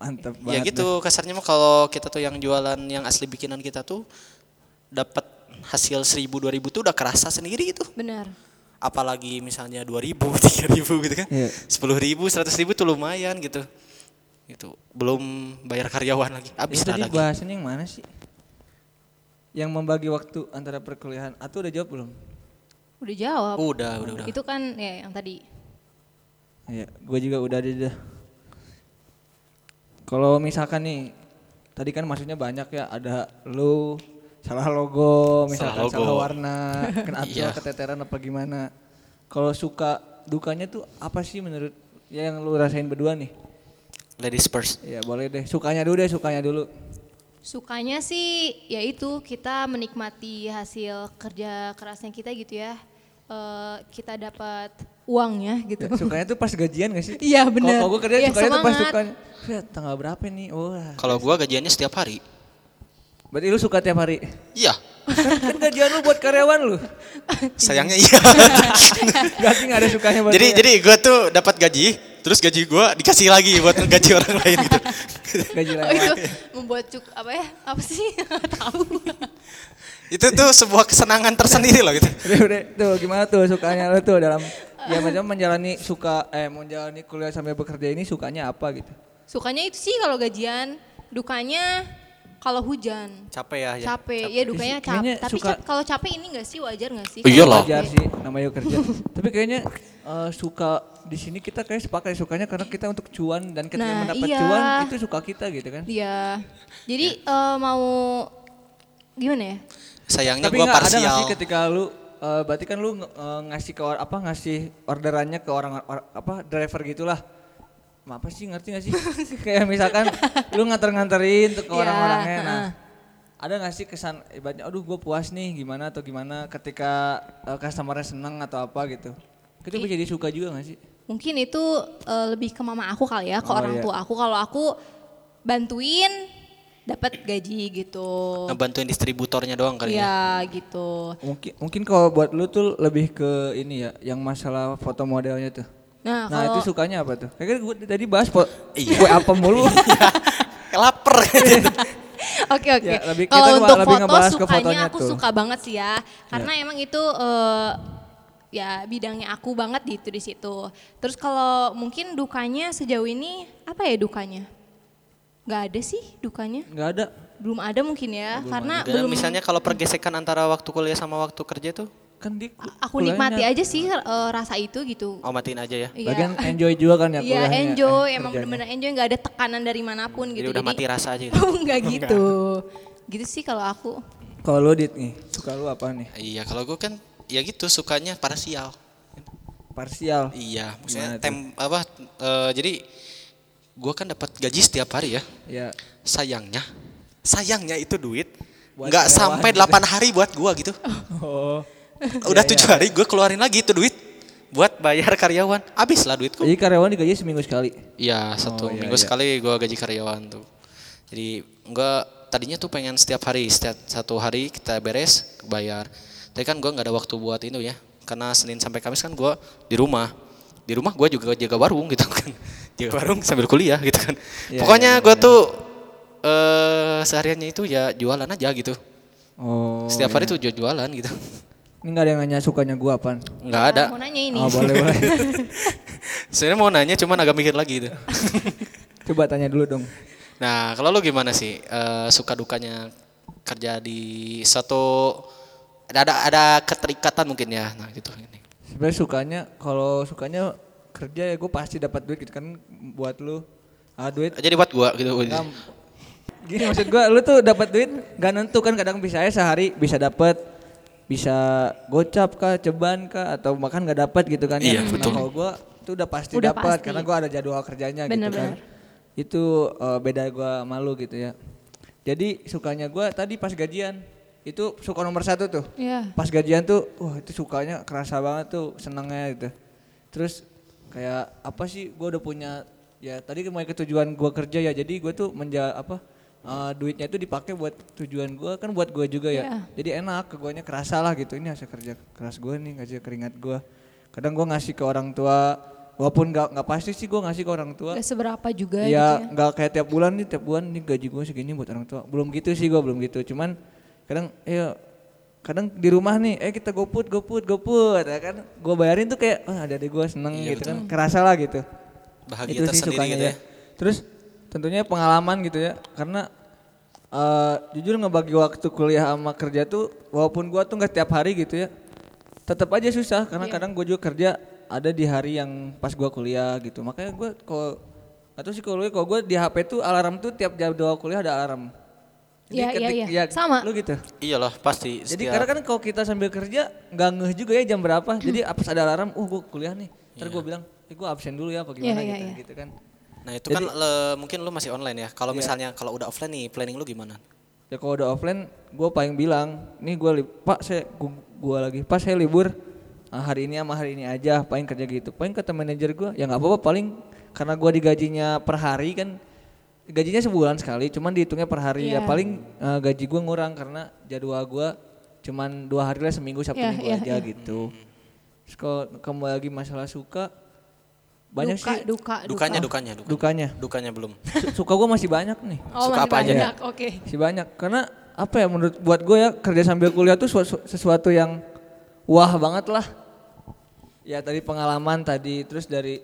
S3: Mantap
S4: Ya
S3: banget.
S4: gitu kasarnya mah kalau kita tuh yang jualan yang asli bikinan kita tuh dapat hasil 1000 2000 tuh udah kerasa sendiri gitu. itu.
S5: Benar.
S4: apalagi misalnya 2000, 3000 gitu kan.
S3: Iya.
S4: 10.000, 100.000 tuh lumayan gitu. Itu belum bayar karyawan lagi.
S3: Itu
S4: Habis
S3: tadi
S4: lagi.
S3: bahasannya yang mana sih? Yang membagi waktu antara perkuliahan atau udah jawab belum?
S5: Udah jawab.
S4: Udah, udah, udah.
S5: Itu kan ya yang tadi.
S3: Iya, gue juga udah ada dah. Kalau misalkan nih, tadi kan maksudnya banyak ya, ada lu salah logo, misalkan salah,
S4: Salah logo.
S3: warna, kena
S4: Iya.
S3: keteteran apa gimana. Kalau suka dukanya tuh apa sih menurut ya yang lu rasain berdua nih?
S4: Ladies first.
S3: Ya boleh deh, sukanya dulu deh, sukanya dulu.
S5: Sukanya sih yaitu kita menikmati hasil kerja kerasnya kita gitu ya. Eh, kita dapat uangnya gitu.
S3: Ya, sukanya tuh pas gajian gak sih?
S5: Iya, benar.
S3: Kalau gue kerja
S5: Iya,
S3: sukanya tuh pas
S5: semangat.
S3: sukanya. Set, tanggal berapa nih? Wah.
S4: Kalau gua gajiannya setiap hari.
S3: Berarti lu suka tiap hari?
S4: Iya.
S3: kan, kan gajian lu buat karyawan lu.
S4: Sayangnya iya.
S3: Berarti gak ada sukanya buat
S4: jadi
S3: dia.
S4: jadi gua tuh dapat gaji, terus gaji gua dikasih lagi buat gaji orang lain gitu.
S3: gaji
S5: Oh,
S3: lewat.
S5: itu membuat cuk apa ya? Apa sih? Nggak Tahu.
S4: itu tuh sebuah kesenangan tersendiri loh gitu.
S3: Udah, udah. Tuh gimana tuh sukanya lu tuh dalam ya macam menjalani suka eh menjalani kuliah sampai bekerja ini sukanya apa gitu.
S5: Sukanya itu sih kalau gajian, dukanya kalau hujan.
S4: Capek ya. ya.
S5: Capek, ya dukanya
S3: Isi- Iya. kayaknya
S5: capek. Tapi
S3: suka-
S5: cap- kalau capek ini enggak sih wajar enggak sih?
S4: Iya lah.
S3: Kerja sih namanya kerja. Tapi kayaknya eh, suka di sini kita kayak sepakat sukanya karena kita untuk cuan dan ketika
S5: Nah,
S3: mendapat
S5: iya.
S3: cuan itu suka kita gitu kan.
S5: Iya. Jadi eh, mau gimana ya?
S4: Sayangnya
S3: Tapi
S4: gua
S3: nggak ada
S4: parsial.
S3: nggak sih ketika lu eh, berarti kan lu nge- eh, ngasih ke or- apa ngasih orderannya ke orang or- apa driver gitulah. "Ma, apa sih ngerti gak sih? kayak misalkan lu nganter-nganterin tuh ke
S2: Iya,
S3: orang-orangnya. Nah,
S2: heeh.
S3: ada gak sih kesan ibaratnya aduh gue puas nih gimana atau gimana ketika eh, customer-nya seneng atau apa gitu. Kita jadi suka juga gak sih?
S5: Mungkin itu eh, lebih ke mama aku kali ya, ke
S3: Oh,
S5: orang
S3: iya.
S5: tua aku. Kalau aku bantuin dapat gaji gitu.
S4: Ngebantuin distributornya doang kali ya.
S5: Iya gitu.
S3: Mungkin mungkin kalau buat lu tuh lebih ke ini ya, yang masalah foto modelnya tuh. Nah,
S5: Nah, kalau
S3: itu sukanya apa tuh? Kayaknya gue tadi bahas po-
S4: Iya.
S3: gue apa mulu.
S5: Iya.
S4: Laper gitu.
S5: Oke oke.
S3: Ya, lebih-
S5: Kalau
S3: kita
S5: untuk
S3: lebih
S5: foto
S3: ngebahas ke
S5: sukanya
S3: fotonya
S5: aku
S3: tuh.
S5: suka banget sih ya, karena emang itu eh, ya bidangnya aku banget di itu di situ. Terus kalau mungkin dukanya sejauh ini apa ya dukanya? Gak ada sih dukanya,
S3: Enggak ada.
S5: belum ada mungkin ya, karena
S4: Dan
S5: belum.
S4: Gitu. misalnya kalau pergesekan antara waktu kuliah sama waktu kerja tuh,
S3: Kan di
S5: Aku nikmati aja sih eh, rasa itu gitu.
S4: oh matiin aja ya.
S5: Iya.
S3: Bagian enjoy juga kan ya
S5: Iya
S3: kuliahnya,
S5: enjoy,
S3: eh, kerjanya.
S5: emang bener-bener enjoy, nggak ada tekanan dari manapun
S4: Jadi
S5: gitu.
S4: udah mati rasa aja gitu.
S5: Enggak gitu, gitu sih kalau aku.
S3: Kalau lu dit nih, suka lu apa nih?
S4: Iya, kalau gue kan ya gitu sukanya parsial.
S3: Parsial.
S4: Iya,
S3: Gimana
S4: maksudnya
S3: tuh?
S4: tem apa eh, jadi gua kan dapat gaji setiap hari ya.
S3: Ya.
S4: Sayangnya, sayangnya itu duit
S3: Buat
S4: nggak
S3: karyawan
S4: sampai
S3: gitu.
S4: 8 hari buat gua gitu.
S3: Oh.
S4: Udah tujuh hari gue keluarin lagi itu duit buat bayar karyawan. Habis lah duitku.
S3: Jadi karyawan digaji seminggu sekali.
S4: Iya
S3: Oh,
S4: satu
S3: iya,
S4: minggu
S3: iya.
S4: sekali gua gaji karyawan tuh. Jadi nggak tadinya tuh pengen setiap hari setiap satu hari kita beres bayar. Tapi kan gua nggak ada waktu buat itu ya karena Senin sampai Kamis kan gua di rumah. Di rumah gua juga jaga warung gitu kan. jaga warung sambil kuliah gitu kan.
S3: Iya,
S4: Pokoknya
S3: iya,
S4: gua tuh eh sehariannya itu ya jualan aja gitu.
S3: Oh.
S4: setiap hari tuh jualan gitu.
S3: Ini enggak ada yang nanya sukanya gua apaan.
S4: Nggak ada.
S5: Nah, Mau nanya ini.
S3: Oh, boleh boleh.
S4: Sebenarnya mau nanya cuman agak mikir lagi gitu. itu.
S3: Coba tanya dulu dong.
S4: Nah, kalau lu gimana sih eh, suka dukanya kerja di satu ada ada keterikatan mungkin ya. Nah, gitu ini.
S3: Sebenarnya sukanya kalau sukanya kerja ya gue pasti dapat duit gitu kan buat lu. Ah duit
S4: Jadi buat gua gitu.
S3: Kam- Gini Iya, maksud gua, lu tuh dapat duit gak nentu kan kadang bisa aja sehari bisa dapat bisa gocap kah, ceban kah atau bahkan nggak dapat gitu kan ya.
S4: Iya,
S3: Nah,
S4: betul.
S3: kalau gua tuh udah pasti
S5: Udah
S3: dapat
S5: pasti.
S3: karena gua ada jadwal kerjanya gitu kan.
S5: Bener-bener.
S3: Itu eh, beda gua malu gitu ya. Jadi sukanya gua tadi pas gajian itu suka nomor satu tuh
S5: Iya.
S3: pas gajian tuh wah itu sukanya kerasa banget tuh senangnya gitu terus kayak apa sih gue udah punya ya tadi mau ke tujuan gue kerja ya jadi gue tuh menja apa eh, duitnya itu dipakai buat tujuan gue kan buat gue juga ya
S5: Iya.
S3: jadi enak ke guanya kerasa lah gitu ini hasil kerja keras gue nih hasil keringat gue kadang gue ngasih ke orang tua walaupun nggak nggak pasti sih gue ngasih ke orang tua
S5: Gak seberapa juga gitu
S3: Iya,
S5: ya.
S3: nggak kayak tiap bulan nih, tiap bulan nih gaji gue segini buat orang tua. Belum gitu sih gue, belum gitu. Cuman kadang, eh kadang di rumah nih, eh kita goput, goput, goput, ya kan? Gue bayarin tuh kayak, ah ada adik gue seneng gitu kan, kerasa lah gitu.
S4: Iya, Bahagia
S3: itu sih
S4: tersendiri
S3: sukanya
S4: gitu
S3: ya.
S4: ya.
S3: Terus tentunya pengalaman gitu ya, karena eh jujur ngebagi waktu kuliah sama kerja tuh, walaupun gue tuh nggak tiap hari gitu ya, tetap aja susah
S5: Iya.
S3: karena kadang gue juga kerja ada di hari yang pas gua kuliah gitu makanya gue kalau atau sih kalau ya, kalau gue di HP tuh alarm tuh tiap jam doa kuliah ada alarm
S5: Iya, iya, iya. Sama.
S3: lu gitu
S4: Iyalah Iya pasti.
S3: jadi
S4: setiap-
S3: karena kan kalau kita sambil kerja nggak ngeh juga ya jam berapa jadi
S5: Hmm.
S3: pas ada alarm oh gue kuliah nih ntar gue bilang eh, gue absen dulu ya apa gimana
S5: iya,
S3: gitu
S5: iya.
S3: gitu kan
S4: nah, itu kan le- mungkin lu masih online ya. Kalau
S3: Iya.
S4: misalnya kalau udah offline nih planning lu gimana?
S3: ya kalau udah offline gue paling bilang nih gue pak saya gu- gua lagi pas saya libur ah, hari ini sama hari ini aja paling kerja gitu paling kata manajer gue ya nggak apa-apa paling karena gue digajinya per hari kan gajinya sebulan sekali cuman dihitungnya per hari ya
S5: Iya.
S3: paling eh, gaji gue ngurang karena jadwal gue cuman dua hari lah seminggu sabtu
S5: Iya,
S3: minggu
S5: iya,
S3: aja gitu Terus kalau kembali lagi masalah suka banyak
S5: duka,
S3: sih
S5: duka, duka.
S4: Dukanya, dukanya, dukanya.
S3: ah. dukanya
S4: Dukanya belum.
S3: Su- suka gue masih banyak nih
S5: Oh,
S4: Suka
S5: masih
S4: apa aja?
S5: banyak. Oke.
S3: masih banyak karena apa ya menurut buat gue ya kerja sambil kuliah tuh suatu- sesuatu yang wah banget lah ya tadi pengalaman tadi terus dari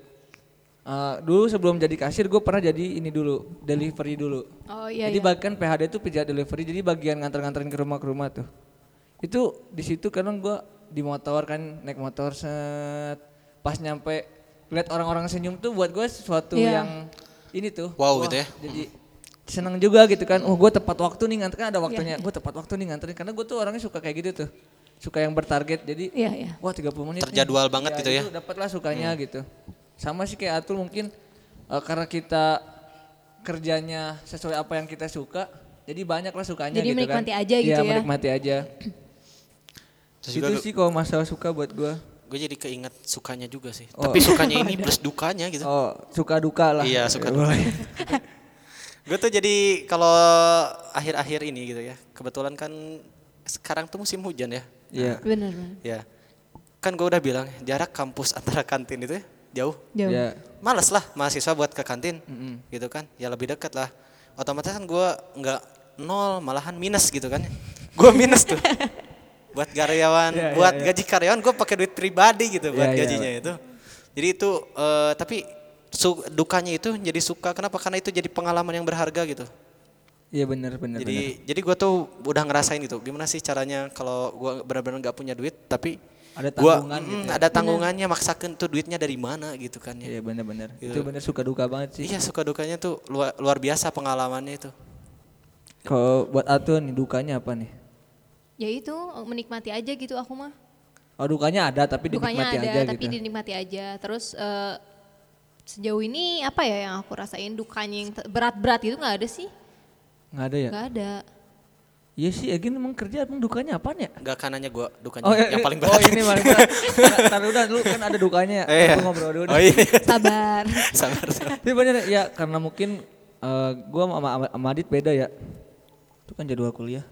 S3: eh, dulu sebelum jadi kasir gue pernah jadi ini dulu delivery dulu
S5: Oh iya.
S3: jadi
S5: iya.
S3: bahkan PHD itu pijat delivery jadi bagian nganter-nganterin ke rumah ke rumah tuh itu di situ kadang gue di motor kan naik motor set pas nyampe lihat orang-orang senyum tuh buat gue sesuatu
S5: Iya.
S3: yang ini tuh
S4: Wow,
S3: wah,
S4: gitu ya.
S3: jadi senang juga gitu kan oh gue tepat waktu nih nganter kan
S5: Iya.
S3: ada waktunya gue tepat waktu nih nganterin karena gue tuh orangnya suka kayak gitu tuh suka yang bertarget jadi
S5: Iya, iya.
S3: wah 30 menit nih. Iya,
S4: Terjadwal banget gitu ya.
S3: itu dapat lah sukanya gitu sama sih kayak Atul mungkin eh, karena kita kerjanya sesuai apa yang kita suka, jadi banyak lah sukanya
S2: Jadi
S3: gitu kan.
S2: menikmati aja gitu ya.
S3: menikmati aja.
S4: Terus
S3: itu
S4: juga
S3: sih kalau masalah suka buat gua.
S4: gue jadi keinget sukanya juga sih.
S3: Oh.
S4: Tapi sukanya ini plus dukanya gitu.
S3: Oh, suka duka lah.
S4: Iya,
S3: Ya,
S4: suka duka.
S3: boleh.
S4: Gue tuh jadi kalau akhir-akhir ini gitu ya. Kebetulan kan sekarang tuh musim hujan ya.
S3: Iya.
S2: Bener bener.
S4: Ya. Kan gue udah bilang jarak kampus antara kantin itu ya, jauh.
S2: Jauh.
S3: Iya.
S4: Males lah mahasiswa buat ke kantin gitu kan. Ya lebih dekat lah. Otomatis kan gue nggak nol malahan minus gitu kan. Gue minus tuh. buat
S3: Iya,
S4: karyawan,
S3: iya,
S4: buat
S3: iya.
S4: gaji karyawan gue pakai duit pribadi gitu buat
S3: Iya, iya,
S4: gajinya itu. Jadi itu eh, tapi su- dukanya itu jadi suka kenapa? Karena itu jadi pengalaman yang berharga gitu.
S3: Iya benar benar
S4: Jadi
S3: benar.
S4: jadi gue tuh udah ngerasain gitu. Gimana sih caranya kalau gue benar-benar nggak punya duit tapi
S3: Ada
S4: gua-
S3: tanggungan gitu
S4: mm,
S3: ya.
S4: ada tanggungannya maksakan tuh duitnya dari mana gitu kan ya.
S3: Iya benar benar. Itu benar suka duka banget sih.
S4: Iya suka dukanya tuh luar, luar biasa pengalamannya itu.
S3: Kalau buat Atun nih dukanya apa nih?
S5: Ya itu menikmati aja gitu aku mah.
S3: Oh, dukanya ada tapi
S5: Bukannya
S3: dinikmati
S5: ada
S3: aja
S5: tapi
S3: gitu.
S5: dinikmati aja. Terus eh, sejauh ini apa ya yang aku rasain dukanya yang te- berat-berat itu nggak ada sih?
S3: Nggak ada ya?
S5: Nggak ada.
S3: Iya sih, Egin emang kerja emang dukanya apaan ya?
S4: Gak kanannya gue dukanya
S3: iya,
S4: yang
S3: iya.
S4: paling berat.
S3: Oh ini paling berat. Ntar- Ntar udah dulu kan ada dukanya.
S4: Eh, iya.
S3: Aku ngobrol dulu.
S4: Oh iya.
S5: Sabar.
S4: sabar. sabar.
S3: Tapi bener ya karena mungkin eh, gua sama, sama, sama Adit beda ya. Itu kan jadwal kuliah.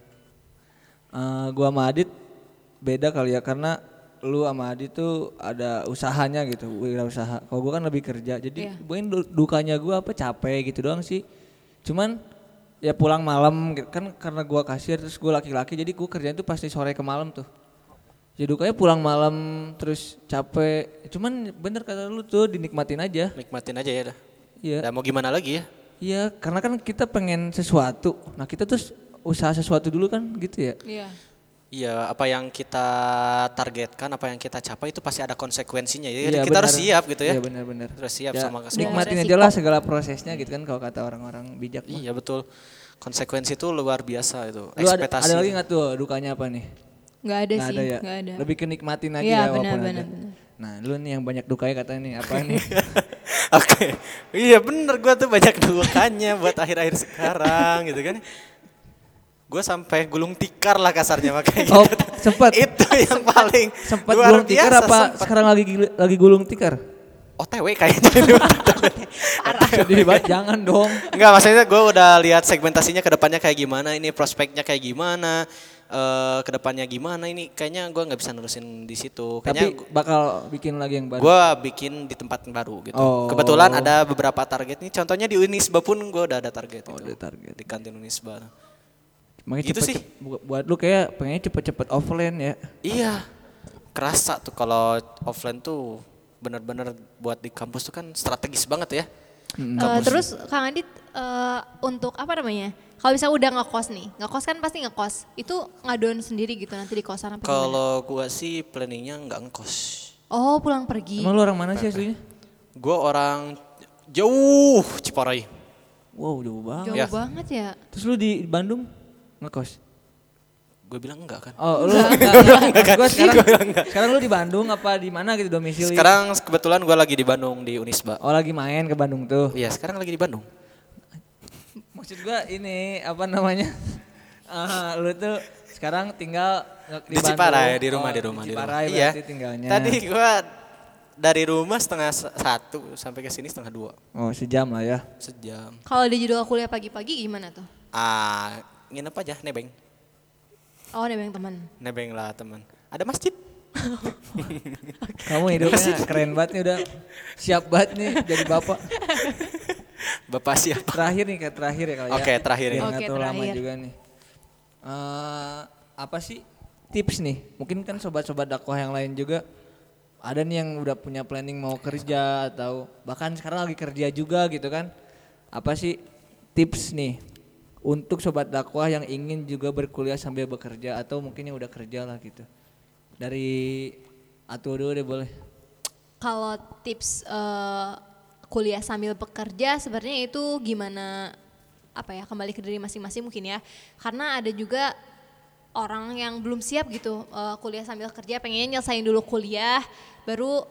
S3: Eh, gua sama Adit beda kali ya karena lu sama Adit tuh ada usahanya gitu, wirausaha. Kalau gua kan lebih kerja. Jadi mungkin du- dukanya gua apa capek gitu doang sih. Cuman ya pulang malam gitu. kan karena gua kasir terus gua laki-laki jadi gua kerjaan tuh pasti sore ke malam tuh. Ya dukanya pulang malam terus capek. Cuman bener kata lu tuh dinikmatin aja.
S4: Nikmatin aja ya dah.
S3: Iya.
S4: Dah mau gimana lagi ya?
S3: Iya, karena kan kita pengen sesuatu. Nah, kita terus usaha sesuatu dulu kan gitu ya.
S5: Iya.
S4: Iya, apa yang kita targetkan, apa yang kita capai itu pasti ada konsekuensinya. Jadi
S3: Iya,
S4: kita harus
S3: benar.
S4: siap gitu ya.
S3: Iya, benar-benar.
S4: Harus siap
S3: Ya,
S4: sama semua.
S3: nikmatin aja lah segala prosesnya gitu kan kalau kata orang-orang bijak. mah.
S4: Iya betul. Konsekuensi itu luar biasa itu.
S3: Lu ada,
S4: Ekspektasi.
S3: ada lagi nggak tuh dukanya apa nih?
S5: Nggak ada
S3: Nggak
S5: sih.
S3: ada ya.
S5: Nggak ada.
S3: Lebih kenikmatin aja
S5: Iya,
S3: ya walaupun
S5: benar,
S3: ada.
S5: benar, benar.
S3: Nah, lu nih yang banyak dukanya katanya nih apa nih?
S4: Oke. Iya bener gua tuh banyak dukanya buat akhir-akhir sekarang gitu kan. Gue sampai gulung tikar lah kasarnya makanya
S3: Oh,
S4: gitu.
S3: sempet.
S4: Itu yang paling
S3: Sempat
S4: luar
S3: gulung tikar
S4: biasa,
S3: apa
S4: sempet.
S3: sekarang lagi gil- lagi gulung tikar?
S4: OTW kayaknya.
S3: Sedih banget, jangan dong.
S4: Enggak maksudnya gue udah lihat segmentasinya ke depannya kayak gimana, ini prospeknya kayak gimana, eh ke depannya gimana ini kayaknya gua nggak bisa nerusin di situ.
S3: Tapi
S4: Kayaknya
S3: bakal bikin lagi yang baru.
S4: gue bikin di tempat baru gitu.
S3: Oh.
S4: Kebetulan ada beberapa target nih. Contohnya di Unisba pun gue udah ada target.
S3: Oh,
S4: gitu.
S3: ada target.
S4: Di kantin Unisba.
S3: Makanya
S4: Gitu
S3: cepet-
S4: sih.
S3: cep- bu- buat lu kayak pengennya cepet-cepet offline ya.
S4: Iya. Kerasa tuh kalau offline tuh bener-bener buat di kampus tuh kan strategis banget ya.
S5: Eh, terus Kang Adit eh, untuk apa namanya? Kalau bisa udah ngekos nih, ngekos kan pasti ngekos. Itu ngadon sendiri gitu nanti di kosan apa gimana?
S4: Kalau gue sih planningnya nggak ngekos.
S5: Oh pulang pergi.
S3: Emang lu orang mana sih aslinya?
S4: Gue orang jauh Ciparai.
S3: Wow, jauh banget.
S5: Jauh
S4: Ya.
S5: banget ya.
S3: Terus lu di Bandung ngekos?
S4: Gue bilang enggak kan.
S3: Oh, lu enggak. Gua sekarang sekarang lu di Bandung apa di mana gitu domisili?
S4: Sekarang kebetulan gue lagi di Bandung di Unisba.
S3: Oh, lagi main ke Bandung tuh.
S4: Iya sekarang lagi di Bandung.
S3: Maksud gua ini apa namanya? Ah, lu tuh sekarang tinggal nge-
S4: di, Ciparai
S3: Bandung.
S4: di rumah
S3: Oh,
S4: di rumah di rumah.
S3: Ciparai
S4: iya.
S3: berarti tinggalnya.
S4: Tadi gua dari rumah setengah s- satu sampai ke sini setengah dua
S3: Oh, sejam lah ya.
S4: sejam.
S5: Kalau di jadwal kuliah pagi-pagi gimana tuh?
S4: Ah nginep aja nebeng
S5: Oh nebeng teman.
S4: nebeng lah teman. Ada masjid.
S3: Kamu hidupnya keren banget nih udah siap banget nih jadi bapak.
S4: Bapak siapa?
S3: Terakhir nih kayak terakhir ya kalau ya.
S4: Oke, terakhir ya.
S3: Biar nggak
S5: Oke,
S3: terlalu lama
S5: terakhir.
S3: juga nih. Eh, apa sih tips nih? Mungkin kan sobat-sobat dakwah yang lain juga ada nih yang udah punya planning mau kerja atau bahkan sekarang lagi kerja juga gitu kan. Apa sih tips nih untuk sobat dakwah yang ingin juga berkuliah sambil bekerja atau mungkin yang udah kerja lah gitu. Dari Atu dulu deh boleh.
S5: Kalau tips eh, kuliah sambil bekerja sebenarnya itu gimana apa ya kembali ke diri masing-masing mungkin ya. Karena ada juga orang yang belum siap gitu eh, kuliah sambil kerja pengennya nyelesain dulu kuliah baru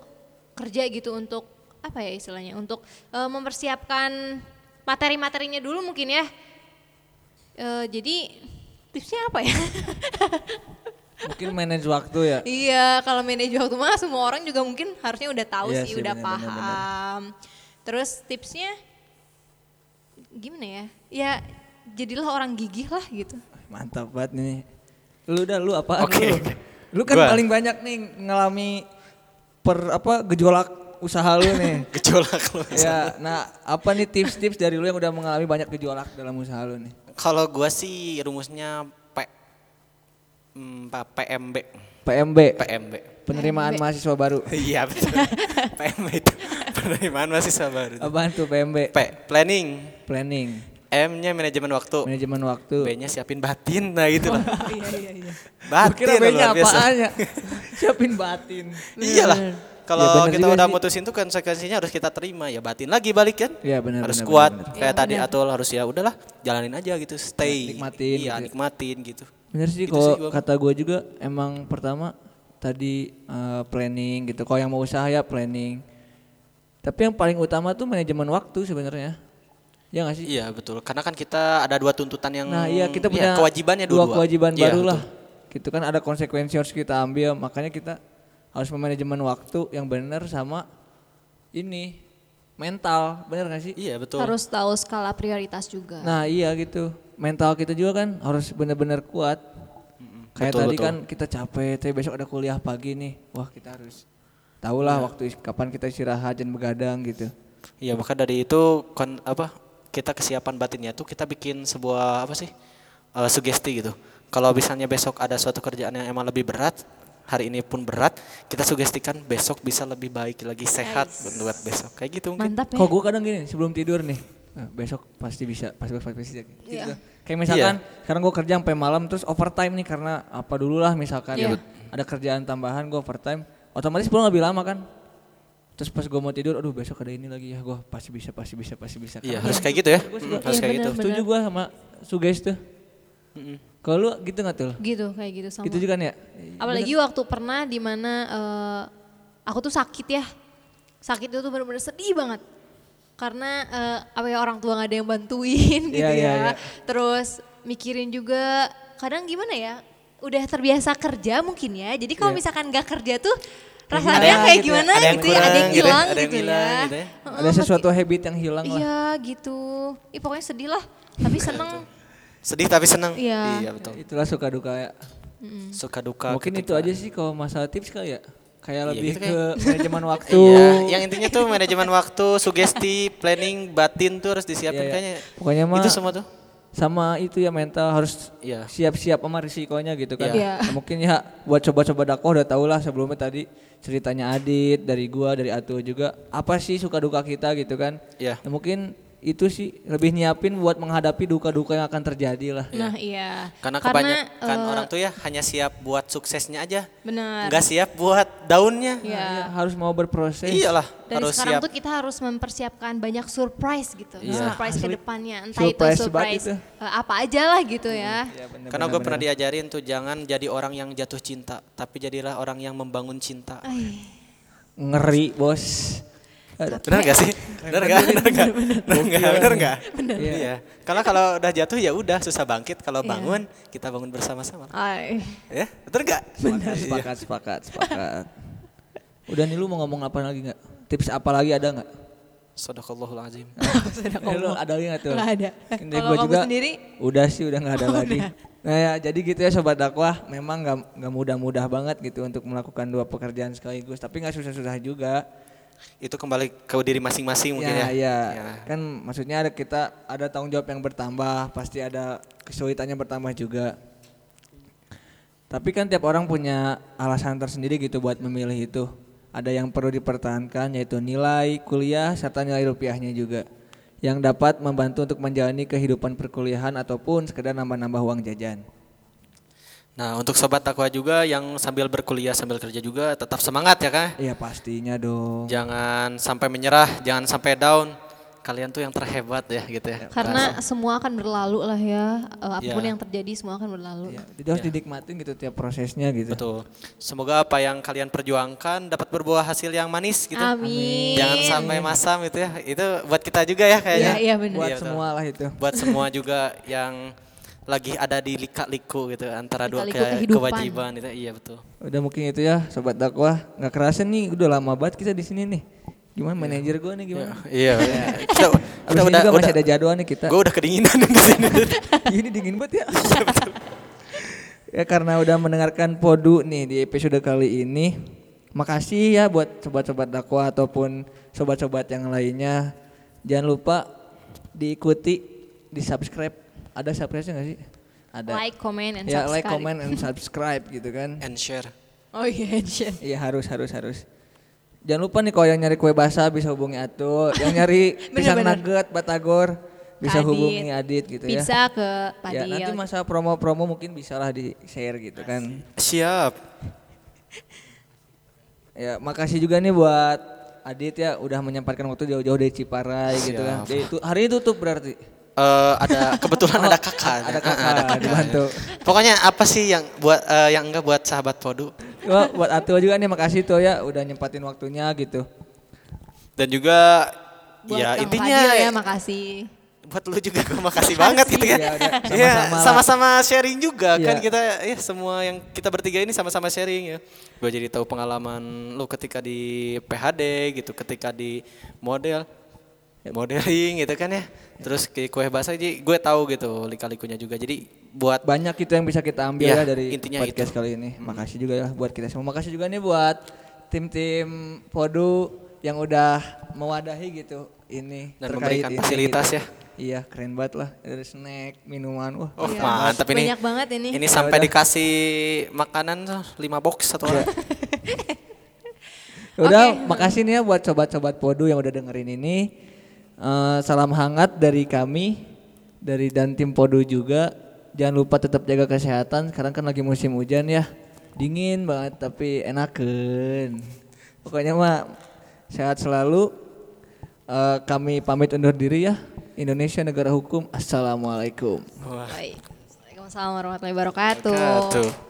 S5: kerja gitu untuk apa ya istilahnya untuk eh, mempersiapkan materi-materinya dulu mungkin ya. Eh, jadi tipsnya apa ya?
S3: Mungkin manage waktu ya.
S2: Iya, kalau manage waktu mah semua orang juga mungkin harusnya udah tahu
S3: Iya
S2: sih,
S3: sih,
S2: udah
S3: benar,
S2: paham.
S3: benar,
S2: Terus tipsnya gimana ya? Ya jadilah orang gigih lah gitu.
S3: Mantap banget nih. Lu udah lu apa?
S4: Oke.
S3: Lu, lu kan
S4: Gua.
S3: paling banyak nih ngalami per apa gejolak usaha lu nih.
S4: gejolak lu.
S3: ya, nah apa nih tips-tips dari lu yang udah mengalami banyak gejolak dalam usaha lu nih?
S4: Kalau gua sih rumusnya P Hmm, apa, PMB.
S3: PMB,
S4: PMB.
S3: penerimaan mahasiswa baru.
S4: Iya betul. PMB itu penerimaan mahasiswa baru.
S3: Apaan tuh PMB?
S4: P planning.
S3: Planning,
S4: M-nya manajemen waktu.
S3: manajemen waktu.
S4: B-nya siapin batin nah gitu lah.
S3: Oh,
S2: Iya, iya, iya.
S3: Gua
S4: Batin
S3: kira B-nya
S4: luar biasa.
S3: apaan ya? Siapin batin.
S4: Iyalah.
S3: Ya,
S4: Kalau
S3: bener
S4: kita
S3: juga
S4: udah
S3: sih.
S4: mutusin tuh konsekuensinya harus kita terima ya batin lagi balik kan.
S3: Iya, benar,
S4: Harus
S3: benar,
S4: kuat
S3: benar,
S4: kayak tadi Atul harus ya udahlah jalanin aja gitu stay.
S3: Ya, nikmatin
S4: Iya
S3: gitu.
S4: nikmatin gitu.
S3: Bener sih
S4: Gitu
S3: kalau
S4: sih gua.
S3: kata gue juga emang pertama tadi eh, planning gitu. Kalau yang mau usaha ya planning. Tapi yang paling utama tuh manajemen waktu sebenarnya. Ya nggak sih?
S4: Iya betul karena kan kita ada dua tuntutan yang
S3: Nah iya kita punya
S4: kewajibannya
S3: dua
S4: dua-dua.
S3: kewajiban
S4: Iya,
S3: baru
S4: betul.
S3: lah. Gitu kan ada konsekuensi harus kita ambil makanya kita harus memanajemen waktu yang benar sama ini mental bener gak sih?
S4: Iya betul.
S2: Harus tahu skala prioritas juga.
S3: Nah iya gitu mental kita juga kan harus benar-benar kuat. Kayak
S4: Betul,
S3: tadi
S4: betul.
S3: kan kita capek, tapi besok ada kuliah pagi nih. Wah kita harus tahulah waktu is- kapan kita istirahat dan begadang gitu.
S4: Iya maka dari itu kon, apa kita kesiapan batinnya tuh kita bikin sebuah apa sih eh, sugesti gitu. Kalau misalnya besok ada suatu kerjaan yang emang lebih berat, hari ini pun berat, kita sugestikan besok bisa lebih baik lagi sehat buat besok kayak gitu mungkin.
S2: Mantap ya.
S5: Iya.
S3: Kok gue kadang gini sebelum tidur nih "Eh, besok pasti bisa pasti pasti pasti bisa gitu. Kayak misalkan
S4: Iya.
S3: sekarang gue kerja sampai malam terus overtime nih karena apa dulu lah misalkan ya, ada kerjaan tambahan gue overtime otomatis pulang lebih lama kan. Terus pas gue mau tidur aduh besok ada ini lagi ya gue pasti bisa pasti bisa pasti bisa. kan.
S4: Iya
S3: Karena
S4: harus kayak gitu ya, Hmm, harus
S2: Iya,
S4: kayak gitu.
S3: setuju gue sama suges tuh. Kalau lu gitu nggak tuh?
S5: gitu kayak gitu sama.
S3: Gitu juga nih ya?
S4: Iya,
S5: Apalagi waktu pernah dimana eh, aku tuh sakit ya. Sakit itu tuh bener-bener sedih banget. Karena eh, apa ya orang tua gak ada yang bantuin gitu
S3: Iya, iya,
S5: ya.
S3: iya.
S5: Terus mikirin juga kadang gimana ya. Udah terbiasa kerja mungkin ya. Jadi kalau
S4: Iya.
S5: misalkan gak kerja tuh rasanya
S3: hilang
S5: kayak
S3: gitu ya.
S5: gimana
S4: Ada yang
S5: gitu ya. Ada yang
S4: kurang gitu ya,
S5: hilang
S4: ada yang
S5: gitu ya.
S4: hilang gitu ya.
S5: Heeh,
S3: Ada
S5: pasti-
S3: sesuatu habit yang hilang lah.
S5: Iya gitu. Ih pokoknya sedih lah. Tapi
S4: Iya,
S5: seneng.
S4: Sedih tapi senang.
S5: Iya.
S4: iya betul.
S3: Itulah suka duka ya.
S4: Suka duka.
S3: Mungkin itu aja sih kalau masalah tips kali ya. Kayak
S4: Iya,
S3: lebih
S4: gitu
S3: ke manajemen waktu.
S4: Iya, yang intinya tuh manajemen waktu, sugesti, planning, batin tuh harus
S3: Iya,
S4: disiapin
S3: iya.
S4: kayaknya.
S3: Pokoknya mah-
S4: itu semua tuh.
S3: Sama itu ya mental harus
S4: Iya.
S3: siap-siap sama risikonya gitu kan.
S2: Iya.
S3: Nah, Mungkin ya buat coba-coba dakwah udah tau lah sebelumnya tadi ceritanya Adit, dari gua, dari Atu juga. Apa sih suka duka kita gitu kan.
S4: Iya.
S3: Nah, mungkin itu sih lebih nyiapin buat menghadapi duka-duka yang akan terjadi lah.
S5: Nah iya.
S4: Karena kebanyakan
S5: eh,
S4: orang tuh ya hanya siap buat suksesnya aja.
S5: Benar.
S4: Nggak siap buat daunnya.
S5: Iya.
S3: Iya, harus mau berproses.
S4: Iyalah,
S5: Dari
S4: harus
S5: sekarang
S4: siap.
S5: tuh kita harus mempersiapkan banyak surprise gitu,
S4: Iya.
S5: surprise ke depannya, entah
S3: Surprise
S5: itu
S3: banget
S5: surprise
S3: itu. Hmm. Iya,
S5: eh, apa aja lah gitu ya.
S4: Karena gue pernah diajarin tuh jangan jadi orang yang jatuh cinta, tapi jadilah orang yang membangun cinta.
S5: Ah, iya.
S3: Ngeri, Bos. Aduh.
S4: Benar gak sih? Benar gak? Benar gak? Benar gak? Benar gak? Iya. Karena kalau udah jatuh ya udah susah bangkit. Kalau
S5: Iya.
S4: bangun kita bangun bersama-sama.
S2: Ay.
S4: Ya, benar gak?
S3: Sepakat, sepakat, sepakat, sepakat. Udah nih lu mau ngomong apa lagi nggak? Tips apa lagi ada nggak?
S4: Sadaqallahul azim.
S3: Eh, lu ada lagi nggak tuh?
S2: Nggak ada.
S3: Dari
S2: Kalau
S3: gua
S2: kamu
S3: juga,
S2: sendiri? Oh,
S3: Udah sih, udah nggak ada lagi. Nah ya, jadi gitu ya sobat dakwah. Memang nggak nggak mudah-mudah banget gitu untuk melakukan dua pekerjaan sekaligus. Tapi nggak susah-susah juga.
S4: Itu kembali ke diri masing-masing mungkin ya.
S3: ya, ya. Kan maksudnya ada kita ada tanggung jawab yang bertambah, pasti ada kesulitannya bertambah juga. Tapi kan tiap orang punya alasan tersendiri gitu buat memilih itu. Ada yang perlu dipertahankan yaitu nilai kuliah serta nilai rupiahnya juga yang dapat membantu untuk menjalani kehidupan perkuliahan ataupun sekedar nambah-nambah uang jajan.
S4: Nah, untuk sobat takwa juga yang sambil berkuliah sambil kerja juga tetap semangat ya, Kak.
S3: Iya pastinya dong.
S4: Jangan sampai menyerah, jangan sampai down. kalian tuh yang terhebat ya gitu ya.
S6: Karena semua akan berlalu lah ya. Eh, apapun
S4: Iya.
S6: yang terjadi semua akan berlalu.
S3: Iya, jadi harus didikmatin gitu tiap prosesnya gitu.
S4: Ya. Betul. Semoga apa yang kalian perjuangkan dapat berbuah hasil yang manis gitu.
S6: Amin.
S4: Jangan sampai masam gitu ya. Itu buat kita juga ya kayaknya.
S6: Iya, iya benar.
S3: Buat
S4: Iya, betul.
S3: semua lah itu.
S4: Buat semua juga yang lagi ada di lika-liku gitu antara dua
S6: Lika-liku
S4: ke-
S6: kehidupan.
S4: kewajiban itu. Iya betul.
S3: Udah mungkin itu ya sobat dakwah. Nggak kerasa nih udah lama banget kita di sini nih. Gimana manajer gue nih gimana?
S4: Iya. iya. kita,
S3: Abis
S4: kita
S3: ini
S4: udah
S3: juga
S4: udah,
S3: masih ada jadwal nih kita.
S4: Gue udah kedinginan di sini.
S3: Ini dingin banget ya. ya karena udah mendengarkan Podu nih di episode kali ini. Makasih ya buat sobat-sobat dakwah ataupun sobat-sobat yang lainnya. Jangan lupa diikuti, di subscribe. Ada subscribe nggak sih? Ada.
S6: Like, comment, and
S3: ya like,
S6: subscribe.
S3: comment, and subscribe gitu kan.
S4: And share.
S6: Oh iya, Jen.
S3: Iya harus harus harus. Jangan lupa nih kalau yang nyari kue basah bisa hubungi Atul. Yang nyari pisang nugget Batagor bisa
S6: Adit.
S3: hubungi Adit gitu ya.
S6: Pizza ke
S3: Ya
S6: Padil.
S3: nanti masa promo-promo mungkin bisalah di share gitu kan.
S4: Siap.
S3: Ya makasih juga nih buat Adit ya udah menyempatkan waktu jauh-jauh dari Ciparai gitu kan. Dia itu hari itu tutup berarti.
S4: Eh, ada kebetulan ada kakak.
S3: Oh, Ada
S4: Eh,
S3: kakak, dibantu.
S4: Pokoknya apa sih yang buat eh, yang enggak buat sahabat Podu?
S3: Wah, buat Atul juga nih makasih tuh ya udah nyempatin waktunya gitu.
S4: dan juga
S6: Buat
S4: ya
S6: Kang
S4: intinya
S6: Fadil ya, makasih.
S4: buat lu juga gue makasih banget gitu kan.
S3: Iya, udah,
S4: Iya,
S3: sama-sama lah.
S4: sama-sama sharing juga kan
S3: Iya.
S4: kita ya semua yang kita bertiga ini sama-sama sharing ya. Gue jadi tahu pengalaman lu ketika di PHD gitu, ketika di model modeling gitu kan ya. Terus ke kue bahasa jadi gue tahu gitu lika-likunya juga. Jadi buat
S3: Banyak itu yang bisa kita ambil ya
S4: Iya,
S3: dari
S4: intinya
S3: podcast kali ini. Makasih juga ya buat kita semua. Makasih juga nih buat tim-tim Podu yang udah mewadahi gitu ini
S4: Dan
S3: terkait
S4: memberikan
S3: ini
S4: fasilitas
S3: gitu.
S4: ya.
S3: Iya, keren banget lah dari snack, minuman. Wah,
S4: Oh, mantap ini.
S6: Iya. Banyak banget ini.
S4: Ini sampai dikasih makanan 5 box satu orang.
S6: Iya.
S3: Udah, makasih nih ya buat sobat-sobat Podu yang udah dengerin ini. Eh, salam hangat dari kami, dari dan tim Podu juga. Jangan lupa tetap jaga kesehatan. Sekarang kan lagi musim hujan ya, dingin banget tapi enaken. Pokoknya mah sehat selalu. Eh, kami pamit undur diri ya. Indonesia negara hukum. Assalamualaikum.
S6: Waalaikumsalam warahmatullahi wabarakatuh.
S4: Tuh.